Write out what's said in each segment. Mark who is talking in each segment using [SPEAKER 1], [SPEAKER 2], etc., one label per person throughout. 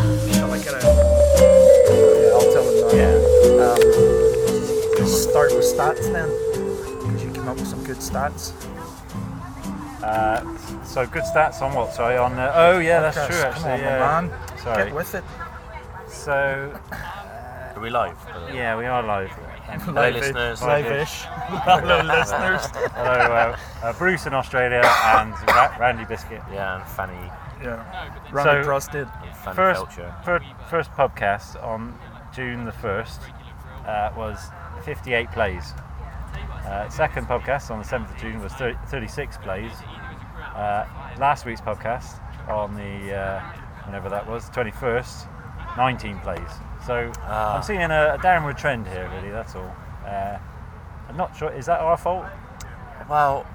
[SPEAKER 1] Um, came up with some good stats.
[SPEAKER 2] Uh, so good stats on what? Sorry, on uh, oh yeah, that's
[SPEAKER 1] Podcast.
[SPEAKER 2] true
[SPEAKER 1] Come
[SPEAKER 2] actually.
[SPEAKER 1] on, my
[SPEAKER 2] yeah.
[SPEAKER 1] man.
[SPEAKER 2] Sorry.
[SPEAKER 1] Get with it.
[SPEAKER 2] So
[SPEAKER 3] Are we live? Hello,
[SPEAKER 2] yeah, we are live.
[SPEAKER 3] Hello listeners.
[SPEAKER 1] Live-ish.
[SPEAKER 2] Hello, listeners. Hello, uh, uh, Bruce in Australia and Ra- Randy Biscuit.
[SPEAKER 3] Yeah, and Fanny.
[SPEAKER 1] Yeah. Randy
[SPEAKER 2] So-
[SPEAKER 1] Cross did.
[SPEAKER 3] And Fanny
[SPEAKER 2] First,
[SPEAKER 3] Felcher.
[SPEAKER 2] fir- first podcast on June the first uh, was 58 plays. Uh, second podcast on the 7th of June was 30, 36 plays. Uh, last week's podcast on the uh, whenever that was 21st, 19 plays. So
[SPEAKER 3] Ah.
[SPEAKER 2] I'm seeing a, a downward trend here. Really, that's all. Uh, I'm not sure. Is that our fault?
[SPEAKER 3] Well,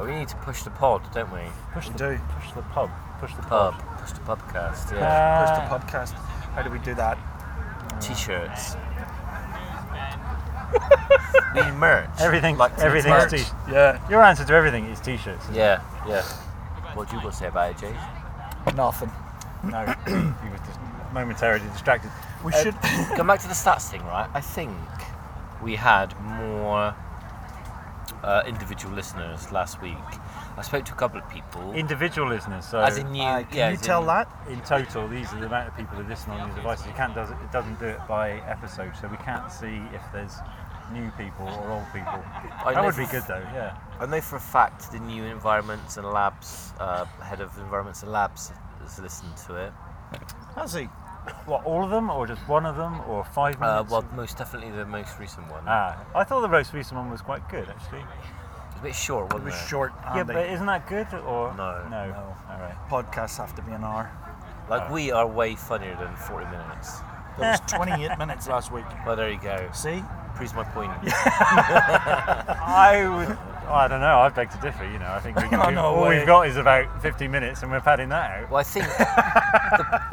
[SPEAKER 3] we need to push the pod, don't we?
[SPEAKER 2] Push
[SPEAKER 1] We
[SPEAKER 2] the
[SPEAKER 1] do.
[SPEAKER 2] push the pub. Push the
[SPEAKER 3] Pub.
[SPEAKER 2] pub.
[SPEAKER 3] Push the podcast. Yeah.
[SPEAKER 1] Push the
[SPEAKER 2] Uh,
[SPEAKER 1] podcast. How do we do that?
[SPEAKER 3] T-shirts. we need merch.
[SPEAKER 2] everything.
[SPEAKER 3] Like
[SPEAKER 2] everything's
[SPEAKER 3] merch.
[SPEAKER 2] t-
[SPEAKER 1] Yeah,
[SPEAKER 2] Your answer to everything is t-shirts. isn't it?
[SPEAKER 3] Yeah, yeah. What do you got to say about it, Jay?
[SPEAKER 1] nothing.
[SPEAKER 2] No, he was just momentarily distracted.
[SPEAKER 1] We
[SPEAKER 3] Uh,
[SPEAKER 1] should.
[SPEAKER 3] Going back to the stats thing, right? I think we had more uh, individual listeners last week. I spoke to a couple of people.
[SPEAKER 2] Individual listeners, so
[SPEAKER 3] as in you,
[SPEAKER 1] Uh,
[SPEAKER 3] yeah,
[SPEAKER 1] can you
[SPEAKER 3] as
[SPEAKER 1] tell
[SPEAKER 3] in-
[SPEAKER 1] that?
[SPEAKER 2] in total, these are the amount of people who listen on these devices. You can't does it, it doesn't do it by episode, so we can't see if there's new people or old people.
[SPEAKER 3] I
[SPEAKER 2] that
[SPEAKER 3] know
[SPEAKER 2] would
[SPEAKER 3] for
[SPEAKER 2] be
[SPEAKER 3] f-
[SPEAKER 2] good though. Yeah,
[SPEAKER 3] I know for a fact the new environments and labs uh, head of environments and labs has listened to it.
[SPEAKER 1] Has he?
[SPEAKER 2] what all of them, or just one of them, or five
[SPEAKER 3] Uh,
[SPEAKER 2] minutes?
[SPEAKER 3] well, most definitely the most recent one.
[SPEAKER 2] ah, I thought the most recent one was quite good actually.
[SPEAKER 3] It's a bit short,
[SPEAKER 1] It
[SPEAKER 3] wasn't
[SPEAKER 1] was
[SPEAKER 3] it?
[SPEAKER 1] short.
[SPEAKER 2] yeah,
[SPEAKER 1] Andy.
[SPEAKER 2] but isn't that good or
[SPEAKER 3] No.
[SPEAKER 2] No.
[SPEAKER 1] No.
[SPEAKER 2] All right.
[SPEAKER 1] podcasts have to be an hour.
[SPEAKER 3] Like we are way funnier than 40 minutes.
[SPEAKER 1] There was 28 minutes last week.
[SPEAKER 3] Well, there you go.
[SPEAKER 1] See?
[SPEAKER 3] Proves my point.
[SPEAKER 2] I would. I don't know. I beg to differ. You know, I think we,
[SPEAKER 1] Oh,
[SPEAKER 2] we,
[SPEAKER 1] no
[SPEAKER 2] all
[SPEAKER 1] way.
[SPEAKER 2] we've got is about 15 minutes, and we're padding that out.
[SPEAKER 3] Well, I think the,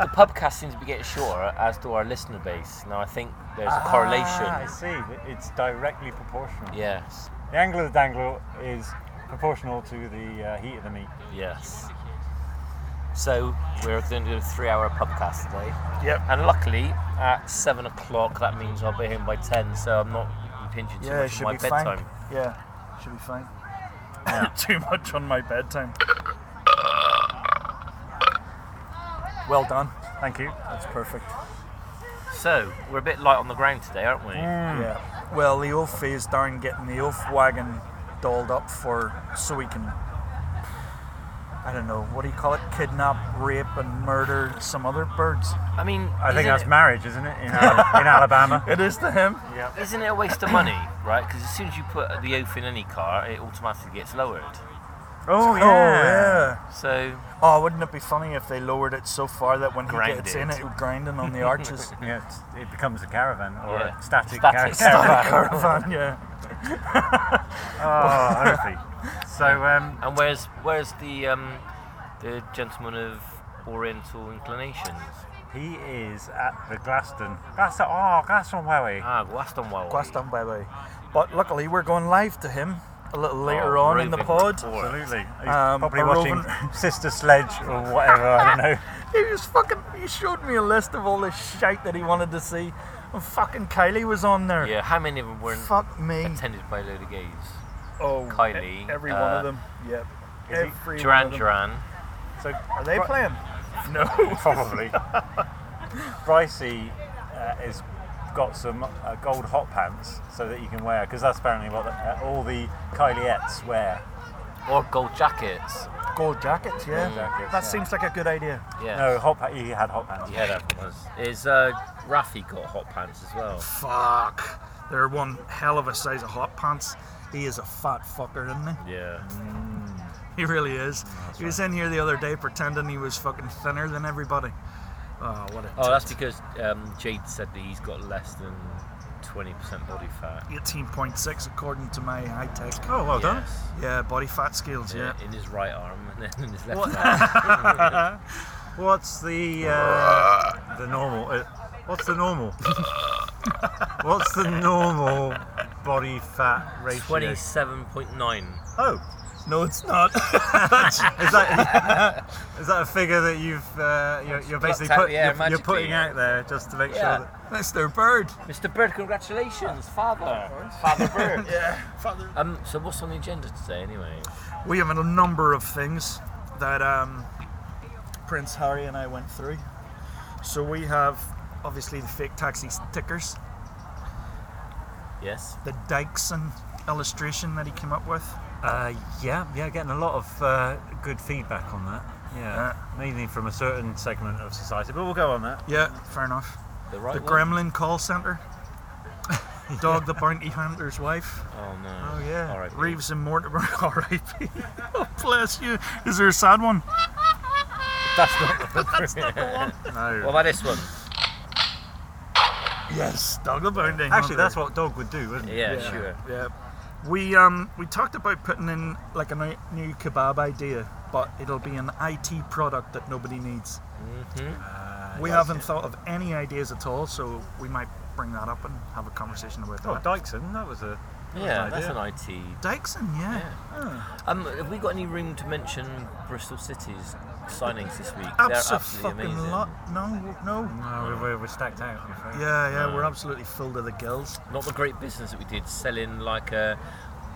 [SPEAKER 3] the pubcast seems to be getting shorter, as do our listener base. Now, I think there's a
[SPEAKER 2] Ah, I
[SPEAKER 3] correlation.
[SPEAKER 2] see. It's directly proportional.
[SPEAKER 3] Yes,
[SPEAKER 2] The angle of the dangle is proportional to the uh, heat of the meat.
[SPEAKER 3] yes. So we're going to do a three-hour pubcast today,
[SPEAKER 1] Yep.
[SPEAKER 3] and luckily at seven o'clock, that means I'll be home by ten, so I'm not impinging too
[SPEAKER 1] Yeah, it
[SPEAKER 3] much on
[SPEAKER 1] should
[SPEAKER 3] my
[SPEAKER 1] be
[SPEAKER 3] bedtime.
[SPEAKER 1] fine. Yeah, should be fine. Too much on my bedtime. Well done.
[SPEAKER 2] Thank you.
[SPEAKER 1] That's perfect.
[SPEAKER 3] So we're a bit light on the ground today, aren't we?
[SPEAKER 1] Mm. Yeah. Well, the oaf is down getting the oaf wagon dolled up for so he can. I don't know what do you call it? Kidnap, rape, and murder some other birds.
[SPEAKER 3] I mean,
[SPEAKER 2] I think
[SPEAKER 3] isn't
[SPEAKER 2] that's
[SPEAKER 3] it-
[SPEAKER 2] marriage, isn't it? In, Al- in Alabama.
[SPEAKER 1] It is to him.
[SPEAKER 3] Isn't it a waste of money, right? Because as soon as you put the oaf in any car, it automatically gets lowered.
[SPEAKER 2] Oh yeah.
[SPEAKER 1] Oh yeah.
[SPEAKER 3] So
[SPEAKER 1] Oh, wouldn't it be funny if they lowered it so far that when
[SPEAKER 3] Grind
[SPEAKER 1] he gets
[SPEAKER 3] it.
[SPEAKER 1] in, it would grinding on the arches?
[SPEAKER 2] Yeah, it's, it becomes a caravan or
[SPEAKER 3] Yeah.
[SPEAKER 2] a static,
[SPEAKER 3] Static.
[SPEAKER 2] car- caravan.
[SPEAKER 1] Caravan, yeah.
[SPEAKER 2] oh, honestly. So, um,
[SPEAKER 3] And where's where's the um, the gentleman of Oriental inclinations?
[SPEAKER 2] he is at the Glaston. Glaston, oh, Glaston Wowie.
[SPEAKER 3] Ah, Glastonbury.
[SPEAKER 1] Glaston bye bye. But luckily, we're going live to him a little later
[SPEAKER 3] Oh,
[SPEAKER 1] on in the
[SPEAKER 3] roving
[SPEAKER 1] pod.
[SPEAKER 3] tour.
[SPEAKER 2] Absolutely. He's
[SPEAKER 1] Um,
[SPEAKER 2] probably
[SPEAKER 1] a
[SPEAKER 2] watching Sister Sledge or whatever, I don't know.
[SPEAKER 1] He was fucking. He showed me a list of all the shite that he wanted to see, and fucking Kylie was on there.
[SPEAKER 3] Yeah, how many of them were
[SPEAKER 1] Fuck me.
[SPEAKER 3] attended by a load of gays?
[SPEAKER 1] Oh,
[SPEAKER 3] Kylie,
[SPEAKER 1] Every
[SPEAKER 3] uh,
[SPEAKER 1] one of them. Yep.
[SPEAKER 2] is he-
[SPEAKER 1] Every one
[SPEAKER 3] Duran
[SPEAKER 1] of them.
[SPEAKER 3] Duran.
[SPEAKER 2] So,
[SPEAKER 1] Are they
[SPEAKER 2] Bri-
[SPEAKER 1] playing? No.
[SPEAKER 2] Probably. Brycey uh, has got some uh, gold hot pants so that you can wear, because that's apparently what uh, all the Kyliettes wear.
[SPEAKER 3] Or gold jackets.
[SPEAKER 1] Gold jackets. Yeah.
[SPEAKER 2] Gold
[SPEAKER 1] that
[SPEAKER 2] jackets, yeah.
[SPEAKER 1] seems like a good idea.
[SPEAKER 3] Yeah.
[SPEAKER 2] No, hot pa- he had hot pants.
[SPEAKER 3] Yeah, that was. Is uh, Rafi got hot pants as well?
[SPEAKER 1] Fuck. They're one hell of a size of hot pants. He is a fat fucker, isn't he?
[SPEAKER 3] Yeah.
[SPEAKER 1] He really is. He was in here the other day pretending he was fucking thinner than everybody. Oh, what a
[SPEAKER 3] Oh, that's because um, Jade said that he's got less than twenty percent body fat.
[SPEAKER 1] 18.6 according to my high tech. Oh, well done.
[SPEAKER 3] Yes.
[SPEAKER 1] Yeah, body fat scales, yeah.
[SPEAKER 3] In his right arm and then in his left arm.
[SPEAKER 2] What's the uh, the normal? Uh, what's the normal? what's the normal body fat ratio?
[SPEAKER 3] Twenty-seven point nine.
[SPEAKER 2] Oh,
[SPEAKER 4] No, it's not.
[SPEAKER 1] Is that is that a figure that you've uh, you're, you're basically
[SPEAKER 3] plucked out
[SPEAKER 1] put,
[SPEAKER 3] the air
[SPEAKER 1] you're, you're
[SPEAKER 3] magically,
[SPEAKER 1] putting
[SPEAKER 3] yeah.
[SPEAKER 1] out there just to make
[SPEAKER 3] Yeah.
[SPEAKER 1] sure that that's their bird.
[SPEAKER 3] Mr. Bird, congratulations, Father. Father Bird.
[SPEAKER 4] Father.
[SPEAKER 3] Um, so what's on the agenda today, anyway?
[SPEAKER 1] We have a number of things that um, Prince Harry and I went through. So we have obviously the fake taxi stickers,
[SPEAKER 3] Yes.
[SPEAKER 1] the Dykeson illustration that he came up with.
[SPEAKER 2] Uh, yeah, yeah, getting a lot of uh, good feedback on that. Yeah, mainly from a certain segment of society, but we'll go on that.
[SPEAKER 1] Yeah, fair enough.
[SPEAKER 3] The right
[SPEAKER 1] The
[SPEAKER 3] one?
[SPEAKER 1] Gremlin call center. Dog the bounty hunter's wife.
[SPEAKER 3] Oh no.
[SPEAKER 1] Oh yeah.
[SPEAKER 3] All right.
[SPEAKER 1] Reeves and Mortimer. R.I.P. oh bless you. Is there a sad one?
[SPEAKER 3] That's not.
[SPEAKER 1] No.
[SPEAKER 3] What about this one?
[SPEAKER 1] yes, dog the bounty.
[SPEAKER 2] Actually,
[SPEAKER 1] hunter.
[SPEAKER 2] that's what dog would do, wouldn't it?
[SPEAKER 3] Yeah, sure.
[SPEAKER 1] Yeah. We um we talked about putting in like a new- new kebab idea, but it'll be an IT product that nobody needs.
[SPEAKER 3] Mm-hmm.
[SPEAKER 2] Uh,
[SPEAKER 1] We haven't thought of any ideas at all, so we might bring that up and have a conversation about
[SPEAKER 2] Oh,
[SPEAKER 1] that.
[SPEAKER 2] Dyson, that was a.
[SPEAKER 3] Yeah,
[SPEAKER 2] Good
[SPEAKER 3] that's
[SPEAKER 2] idea.
[SPEAKER 3] an IT.
[SPEAKER 1] Dykeson, yeah.
[SPEAKER 3] Yeah.
[SPEAKER 1] Oh.
[SPEAKER 3] Um, have we got any room to mention Bristol City's signings this week? They're absolutely
[SPEAKER 1] Abso-fucking
[SPEAKER 3] amazing. Uh,
[SPEAKER 1] lot. No, no.
[SPEAKER 2] No, we're, we're stacked out, I'm afraid.
[SPEAKER 1] Yeah, yeah, we're absolutely filled to the gills.
[SPEAKER 3] Not the great business that we did selling like a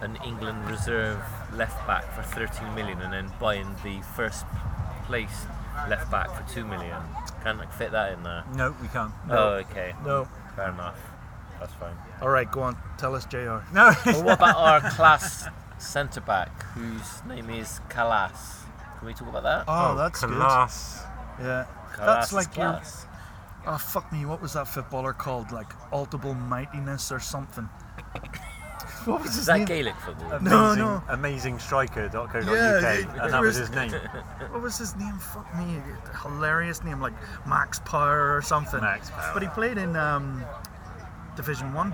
[SPEAKER 3] an England reserve left back for 13 million and then buying the first place left back for 2 million. Can't like, fit that in there.
[SPEAKER 2] No, we can't.
[SPEAKER 3] Oh, okay.
[SPEAKER 1] No.
[SPEAKER 3] Fair enough. That's fine.
[SPEAKER 1] All right, go on. Tell us, Jr.
[SPEAKER 2] No.
[SPEAKER 1] Oh,
[SPEAKER 3] Well, what about our class centre back, whose name is Kalas? Can we talk about that?
[SPEAKER 1] Oh, that's
[SPEAKER 2] class.
[SPEAKER 1] good. Yeah,
[SPEAKER 3] Kalas
[SPEAKER 1] that's
[SPEAKER 3] is
[SPEAKER 1] like your.
[SPEAKER 3] class.
[SPEAKER 1] Oh fuck me! What was that footballer called? Like Ultible Mightiness or something? what was
[SPEAKER 3] Is
[SPEAKER 1] his
[SPEAKER 3] that
[SPEAKER 1] name?
[SPEAKER 3] Gaelic football?
[SPEAKER 1] No,
[SPEAKER 2] Amazing,
[SPEAKER 1] no.
[SPEAKER 2] Amazingstriker.co.uk,
[SPEAKER 1] Yeah, it-
[SPEAKER 2] and that was his name.
[SPEAKER 1] What was his name? Fuck me! Hilarious name, like Max Power or something.
[SPEAKER 2] Max Power.
[SPEAKER 1] But he played in um, Division One.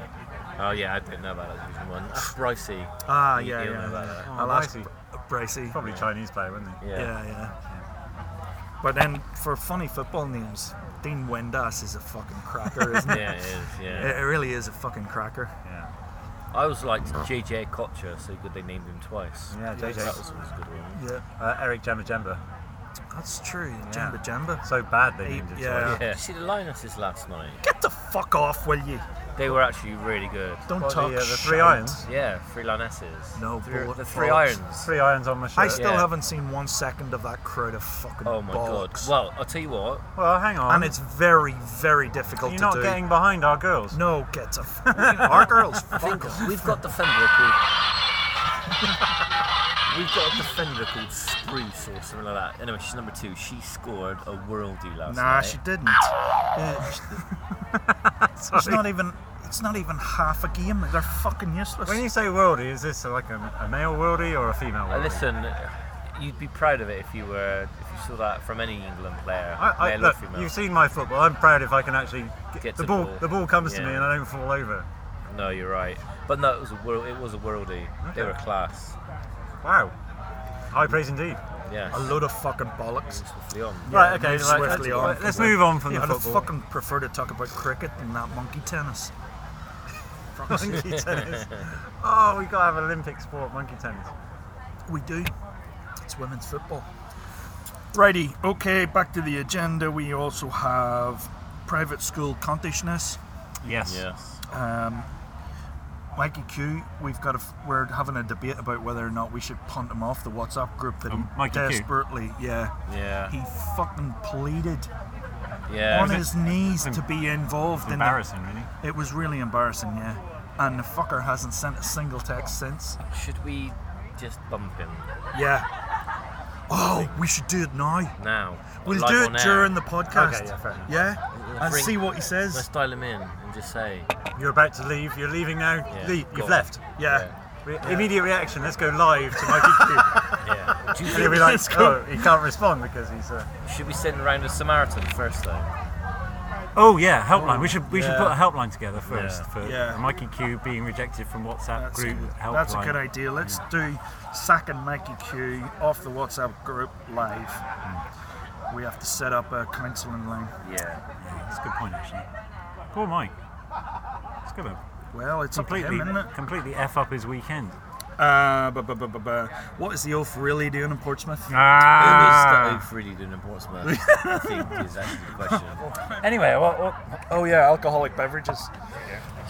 [SPEAKER 3] Oh yeah, I didn't know about that division one. That's Ricey.
[SPEAKER 1] Ah,
[SPEAKER 3] You-
[SPEAKER 1] yeah,
[SPEAKER 3] you
[SPEAKER 1] yeah.
[SPEAKER 3] know about
[SPEAKER 1] yeah.
[SPEAKER 3] that.
[SPEAKER 1] I'll
[SPEAKER 2] Oh,
[SPEAKER 1] ask
[SPEAKER 2] Brycey.
[SPEAKER 1] Br- Brycey.
[SPEAKER 2] Probably Chinese player, wasn't he?
[SPEAKER 3] Yeah.
[SPEAKER 1] Yeah, yeah. But then for funny football names, Dean Wendas is a fucking cracker, isn't it?
[SPEAKER 3] yeah, it is. Yeah.
[SPEAKER 1] It it really is a fucking cracker.
[SPEAKER 2] Yeah.
[SPEAKER 3] I always liked JJ Kocher, so good they named him twice.
[SPEAKER 2] Yeah,
[SPEAKER 3] That
[SPEAKER 2] JJ.
[SPEAKER 3] was always a good one.
[SPEAKER 1] Yeah,
[SPEAKER 2] Uh, Eric Jamba Jamba.
[SPEAKER 1] that's true.
[SPEAKER 2] Yeah.
[SPEAKER 1] Jamba Jamba.
[SPEAKER 2] So bad they
[SPEAKER 1] He-
[SPEAKER 2] named it.
[SPEAKER 1] yeah.
[SPEAKER 2] twice.
[SPEAKER 3] Yeah. Did you see the Lionesses last night?
[SPEAKER 1] Get the fuck off, will you?
[SPEAKER 3] They were actually really good.
[SPEAKER 1] Don't
[SPEAKER 2] What, the,
[SPEAKER 1] talk
[SPEAKER 2] uh, the three
[SPEAKER 1] shite.
[SPEAKER 2] irons?
[SPEAKER 3] Yeah, three Lionesses.
[SPEAKER 1] No,
[SPEAKER 3] Three-
[SPEAKER 1] bullet
[SPEAKER 3] the three
[SPEAKER 1] frogs.
[SPEAKER 3] irons.
[SPEAKER 2] Three irons on my shirt.
[SPEAKER 1] I still
[SPEAKER 3] Yeah.
[SPEAKER 1] haven't seen one second of that crowd of fucking
[SPEAKER 3] Oh my
[SPEAKER 1] bollocks.
[SPEAKER 3] god. Well, I'll tell you what.
[SPEAKER 2] Well, hang on.
[SPEAKER 1] and it's very, very difficult
[SPEAKER 2] You're
[SPEAKER 1] to
[SPEAKER 2] not
[SPEAKER 1] do.
[SPEAKER 2] getting behind our girls.
[SPEAKER 1] No, get a fucking our girls.
[SPEAKER 3] I
[SPEAKER 1] Fuck
[SPEAKER 3] think
[SPEAKER 1] off.
[SPEAKER 3] we've got a defender called. We've got a defender called Spruce or something like that. Anyway, she's number two. She scored a worldie last
[SPEAKER 1] Nah,
[SPEAKER 3] night.
[SPEAKER 1] she didn't. Yeah, she- it's not even. It's not even half a game. They're fucking useless.
[SPEAKER 2] When you say worldie, is this like a, a male worldie or a female
[SPEAKER 3] Uh,
[SPEAKER 2] worldie?
[SPEAKER 3] listen, you'd be proud of it if you were if you saw that from any England player,
[SPEAKER 2] I, I,
[SPEAKER 3] male
[SPEAKER 2] look,
[SPEAKER 3] or female.
[SPEAKER 2] you've seen my football. I'm proud if I can actually get,
[SPEAKER 3] Get
[SPEAKER 2] the
[SPEAKER 3] to
[SPEAKER 2] ball.
[SPEAKER 3] the ball.
[SPEAKER 2] The ball comes to me
[SPEAKER 3] Yeah.
[SPEAKER 2] and I don't fall over.
[SPEAKER 3] No, you're right. But no, it was a world. It was a worldie. They were class.
[SPEAKER 2] Wow, high praise indeed.
[SPEAKER 3] Yeah.
[SPEAKER 1] a load of fucking bollocks.
[SPEAKER 3] Swiftly on.
[SPEAKER 2] right, okay,
[SPEAKER 1] move
[SPEAKER 2] right, let's,
[SPEAKER 1] swiftly on.
[SPEAKER 2] right, let's move on from
[SPEAKER 1] Yeah,
[SPEAKER 2] the
[SPEAKER 1] I'd
[SPEAKER 2] football.
[SPEAKER 1] fucking prefer to talk about cricket than that monkey tennis.
[SPEAKER 2] monkey tennis. Oh, we gotta have an Olympic sport, monkey tennis.
[SPEAKER 1] We do. It's women's football. Righty. Okay, back to the agenda. We also have private school conteshness.
[SPEAKER 2] Yes.
[SPEAKER 3] Yes.
[SPEAKER 1] Um, Mikey Q, we've got a, f- we're having a debate about whether or not we should punt him off the WhatsApp group that
[SPEAKER 2] Um,
[SPEAKER 1] he
[SPEAKER 2] Mikey Q?
[SPEAKER 1] desperately, yeah,
[SPEAKER 3] Yeah.
[SPEAKER 1] he fucking pleaded
[SPEAKER 3] Yeah.
[SPEAKER 1] on his knees to be involved. in the-
[SPEAKER 2] really.
[SPEAKER 1] It was really embarrassing, yeah. And the fucker hasn't sent a single text since.
[SPEAKER 3] Should we just bump him
[SPEAKER 1] Yeah. Oh, we should do it now.
[SPEAKER 3] now?
[SPEAKER 1] We'll
[SPEAKER 3] Live
[SPEAKER 1] do
[SPEAKER 3] on
[SPEAKER 1] it
[SPEAKER 3] air.
[SPEAKER 1] during the podcast.
[SPEAKER 2] Okay, yeah, fair enough.
[SPEAKER 1] Yeah?
[SPEAKER 3] Let's
[SPEAKER 1] And
[SPEAKER 3] bring-
[SPEAKER 1] see what he says.
[SPEAKER 3] Let's dial him in and just say.
[SPEAKER 2] You're about to leave. You're leaving now.
[SPEAKER 3] Yeah.
[SPEAKER 2] Leave.
[SPEAKER 3] Go
[SPEAKER 2] You've
[SPEAKER 3] on.
[SPEAKER 2] left.
[SPEAKER 1] Yeah.
[SPEAKER 2] Re- Immediate reaction. Let's go live to Mikey Q.
[SPEAKER 3] Yeah. Do you
[SPEAKER 2] And he'll
[SPEAKER 3] think,
[SPEAKER 2] be like,
[SPEAKER 1] Let's
[SPEAKER 2] oh,
[SPEAKER 1] go.
[SPEAKER 2] he can't respond because he's. Uh,
[SPEAKER 3] should we send around a Samaritan first though?
[SPEAKER 5] Oh yeah, helpline. We should we
[SPEAKER 1] Yeah.
[SPEAKER 5] should put a helpline together first
[SPEAKER 2] Yeah.
[SPEAKER 5] for
[SPEAKER 1] Yeah.
[SPEAKER 5] Mikey Q being rejected from WhatsApp
[SPEAKER 1] That's,
[SPEAKER 5] group
[SPEAKER 1] good.
[SPEAKER 5] helpline.
[SPEAKER 1] That's a good idea. Let's do Sack and Mikey Q off the WhatsApp group live. We have to set up a counselling line.
[SPEAKER 3] Yeah.
[SPEAKER 5] Yeah, that's a good point actually. Poor Mike. It's gonna
[SPEAKER 1] Well, it's
[SPEAKER 5] completely
[SPEAKER 1] up to him, isn't it?
[SPEAKER 5] completely f up his weekend.
[SPEAKER 1] Uh, bu- bu- bu- bu- bu. What is the oaf really doing in Portsmouth?
[SPEAKER 3] Who
[SPEAKER 6] Ah.
[SPEAKER 3] is the oaf really doing in Portsmouth? I think is actually the question.
[SPEAKER 2] Anyway, what, what,
[SPEAKER 1] Oh yeah, alcoholic beverages.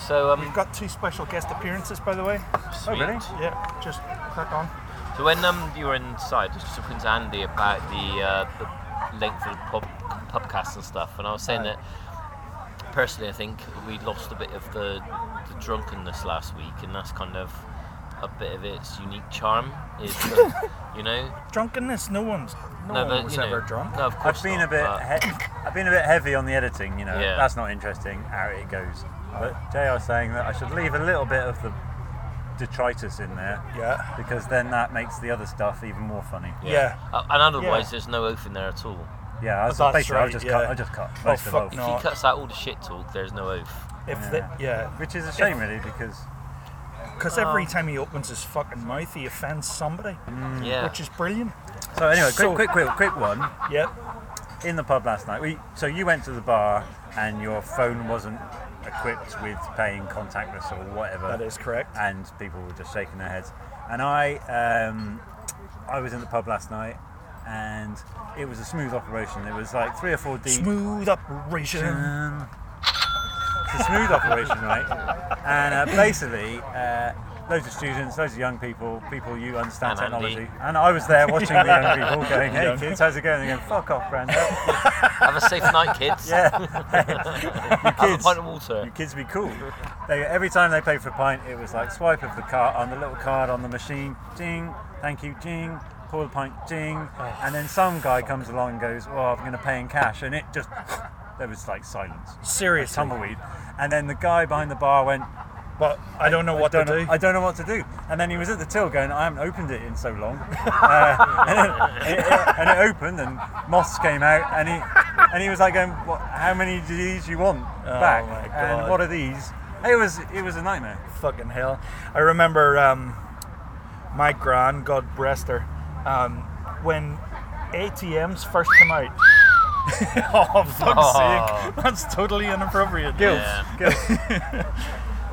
[SPEAKER 3] So, um,
[SPEAKER 1] Got two special guest appearances, by the way.
[SPEAKER 3] sweet.
[SPEAKER 2] really?
[SPEAKER 1] Yeah, just crack on.
[SPEAKER 3] So when um, you were inside, I was just talking to Andy about the, uh, the length of the pub, pubcast and stuff, and I was saying that personally, I think we lost a bit of the, the drunkenness last week, and that's kind of a bit of its unique charm. Is the- you know,
[SPEAKER 1] Drunkenness. No one's. No, one was
[SPEAKER 3] you know,
[SPEAKER 1] ever drunk.
[SPEAKER 3] No, of course
[SPEAKER 2] I've been
[SPEAKER 3] not,
[SPEAKER 2] a bit,
[SPEAKER 3] but-
[SPEAKER 2] he- I've been a bit heavy on the editing. You know,
[SPEAKER 3] Yeah.
[SPEAKER 2] that's not interesting. Out it goes. But Jay was saying that I should leave a little bit of the detritus in there
[SPEAKER 1] Yeah.
[SPEAKER 2] because then that makes the other stuff even more funny.
[SPEAKER 1] Yeah.
[SPEAKER 3] Uh, and otherwise,
[SPEAKER 1] Yeah.
[SPEAKER 3] there's no oaf in there at all.
[SPEAKER 2] Yeah, I was,
[SPEAKER 1] That's
[SPEAKER 2] basically
[SPEAKER 1] right,
[SPEAKER 2] I just
[SPEAKER 1] yeah.
[SPEAKER 2] cut. I just cut
[SPEAKER 1] Oh,
[SPEAKER 2] most
[SPEAKER 1] fuck
[SPEAKER 2] of both.
[SPEAKER 1] no.
[SPEAKER 3] If he
[SPEAKER 1] Not-
[SPEAKER 3] cuts out all the shit talk, there's no oaf.
[SPEAKER 1] If
[SPEAKER 2] Yeah.
[SPEAKER 1] the yeah,
[SPEAKER 2] Which is a shame, really, because
[SPEAKER 1] because
[SPEAKER 3] Oh.
[SPEAKER 1] every time he opens his fucking mouth, he offends somebody,
[SPEAKER 3] Yeah.
[SPEAKER 1] Mm. which is brilliant.
[SPEAKER 2] so anyway, quick,
[SPEAKER 1] So-
[SPEAKER 2] quick, quick, quick one.
[SPEAKER 1] Yeah.
[SPEAKER 2] in the pub last night. We, so you went to the bar and your phone wasn't equipped with paying contactless or whatever.
[SPEAKER 1] That is correct.
[SPEAKER 2] And people were just shaking their heads. And I, um, I was in the pub last night, and it was a smooth operation. It was like three or four deep.
[SPEAKER 1] Smooth operation.
[SPEAKER 2] Um, it's a smooth operation, right? And uh, basically, uh, loads of students, loads of young people, people you understand
[SPEAKER 3] And Andy.
[SPEAKER 2] technology. And I was there watching the young people going, hey
[SPEAKER 1] Young.
[SPEAKER 2] kids, how's it going? They're going, fuck off, Brando.
[SPEAKER 3] Have a safe night, kids.
[SPEAKER 2] Yeah.
[SPEAKER 3] Have
[SPEAKER 2] kids.
[SPEAKER 3] a pint of water.
[SPEAKER 2] You kids be cool. They, every time they paid for a pint, it was like swipe of the card on the little card on the machine, ding, thank you, ding, pour the pint, ding, and then some guy comes along and goes, "Oh, I'm going to pay in cash," and it just there was like silence,
[SPEAKER 1] Seriously.
[SPEAKER 2] tumbleweed, and then the guy behind the bar went,
[SPEAKER 1] But I don't know what
[SPEAKER 2] don't
[SPEAKER 1] to
[SPEAKER 2] know,
[SPEAKER 1] do.
[SPEAKER 2] I don't know what to do. And then he was at the till going, I haven't opened it in so long. Uh, and, it, and it opened, and moths came out, and he and he was like, going, what, "How many of these you want back?
[SPEAKER 1] Oh my God.
[SPEAKER 2] And what are these?" It was it was a nightmare.
[SPEAKER 1] fucking hell. I remember um, my gran, God bless her, um, when ATMs first came out. oh, fuck's
[SPEAKER 3] Aw.
[SPEAKER 1] sake. That's totally inappropriate.
[SPEAKER 3] Yeah.
[SPEAKER 2] Kills.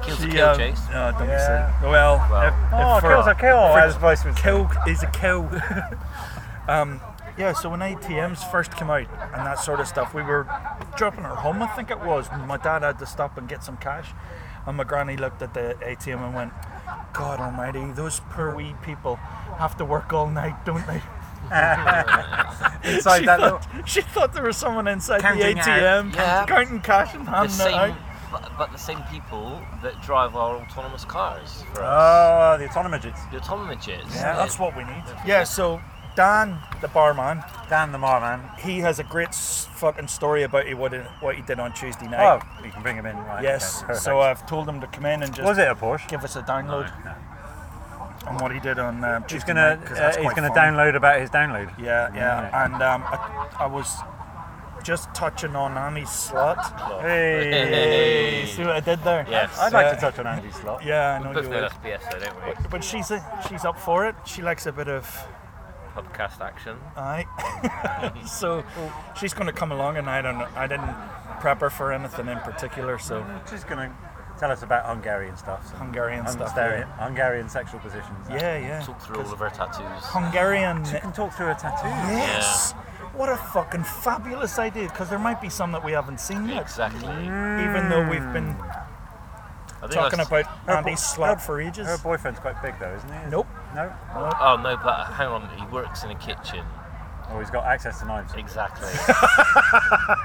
[SPEAKER 3] Kill
[SPEAKER 1] She,
[SPEAKER 3] to kill,
[SPEAKER 1] um,
[SPEAKER 3] Chase.
[SPEAKER 1] oh, don't
[SPEAKER 2] Yeah.
[SPEAKER 1] be silly. Well,
[SPEAKER 3] Well.
[SPEAKER 1] if- if
[SPEAKER 2] Oh,
[SPEAKER 1] for-
[SPEAKER 2] kills are kill,
[SPEAKER 1] for-
[SPEAKER 2] as Vice would say.
[SPEAKER 1] kill is a kill. um, yeah, so when ATMs first came out and that sort of stuff, we were dropping our home, I think it was. My dad had to stop and get some cash. And my granny looked at the ATM and went, God almighty, those poor wee people have to work all night, don't they?
[SPEAKER 2] Inside
[SPEAKER 1] she,
[SPEAKER 2] that little,
[SPEAKER 1] thought, she thought there was someone inside
[SPEAKER 6] Counting
[SPEAKER 1] the
[SPEAKER 6] out.
[SPEAKER 1] ATM
[SPEAKER 3] Yeah.
[SPEAKER 1] counting cash and
[SPEAKER 3] the
[SPEAKER 1] handing it
[SPEAKER 3] same,
[SPEAKER 1] out.
[SPEAKER 3] but, but the same people that drive our autonomous cars for us.
[SPEAKER 2] oh, the autonomous
[SPEAKER 3] the autonomous jets.
[SPEAKER 2] Yeah,
[SPEAKER 1] That's what we need. Yeah, so Dan, the barman,
[SPEAKER 2] Dan the Marman.
[SPEAKER 1] he has a great s- fucking story about he- what he, what he did on Tuesday
[SPEAKER 2] Oh,
[SPEAKER 1] night.
[SPEAKER 2] you can bring him in, right?
[SPEAKER 1] yes,
[SPEAKER 2] okay, perfect.
[SPEAKER 1] so uh, I've told him to come in and just
[SPEAKER 2] was it a Porsche?
[SPEAKER 1] give us a download on what he did on um, Tuesday
[SPEAKER 2] He's gonna
[SPEAKER 1] night, 'cause
[SPEAKER 2] uh,
[SPEAKER 1] that's
[SPEAKER 2] he's
[SPEAKER 1] quite
[SPEAKER 2] gonna
[SPEAKER 1] fun.
[SPEAKER 2] download about his download.
[SPEAKER 1] Yeah, yeah,
[SPEAKER 2] Yeah.
[SPEAKER 1] and um, I, I was just touching on Annie's slut.
[SPEAKER 2] Hey.
[SPEAKER 1] See what I did there?
[SPEAKER 3] Yes.
[SPEAKER 2] I'd like
[SPEAKER 1] Yeah.
[SPEAKER 2] to touch on Andy's slot.
[SPEAKER 1] Yeah, I know
[SPEAKER 3] Both
[SPEAKER 1] you
[SPEAKER 3] know
[SPEAKER 1] would.
[SPEAKER 3] that's BS though, don't we?
[SPEAKER 1] But she's a, she's up for it. She likes a bit of
[SPEAKER 3] Podcast action.
[SPEAKER 1] Aye. so she's going to come along, and I don't know. I didn't prep her for anything in particular, so
[SPEAKER 2] She's gonna tell us about Hungarian stuff. so-
[SPEAKER 1] Hungarian stuff.
[SPEAKER 2] Hungarian, Hungarian sexual positions.
[SPEAKER 1] Yeah, yeah. yeah.
[SPEAKER 3] Talk through all of our tattoos.
[SPEAKER 1] Hungarian.
[SPEAKER 2] You can talk through a tattoo.
[SPEAKER 1] Yes. What a fucking fabulous idea! Because there might be some that we haven't seen yet,
[SPEAKER 3] Exactly. I
[SPEAKER 1] even though we've been
[SPEAKER 3] Mm. think
[SPEAKER 1] Mm. talking
[SPEAKER 3] that's-
[SPEAKER 1] about
[SPEAKER 2] Her
[SPEAKER 1] Andy's
[SPEAKER 2] bo-
[SPEAKER 1] slot
[SPEAKER 2] her-
[SPEAKER 1] for ages.
[SPEAKER 2] Her boyfriend's quite big though, isn't he?
[SPEAKER 1] Nope.
[SPEAKER 2] No.
[SPEAKER 3] Oh no, but hang on. He works in a kitchen.
[SPEAKER 2] Oh, he's got access to knives.
[SPEAKER 3] Exactly.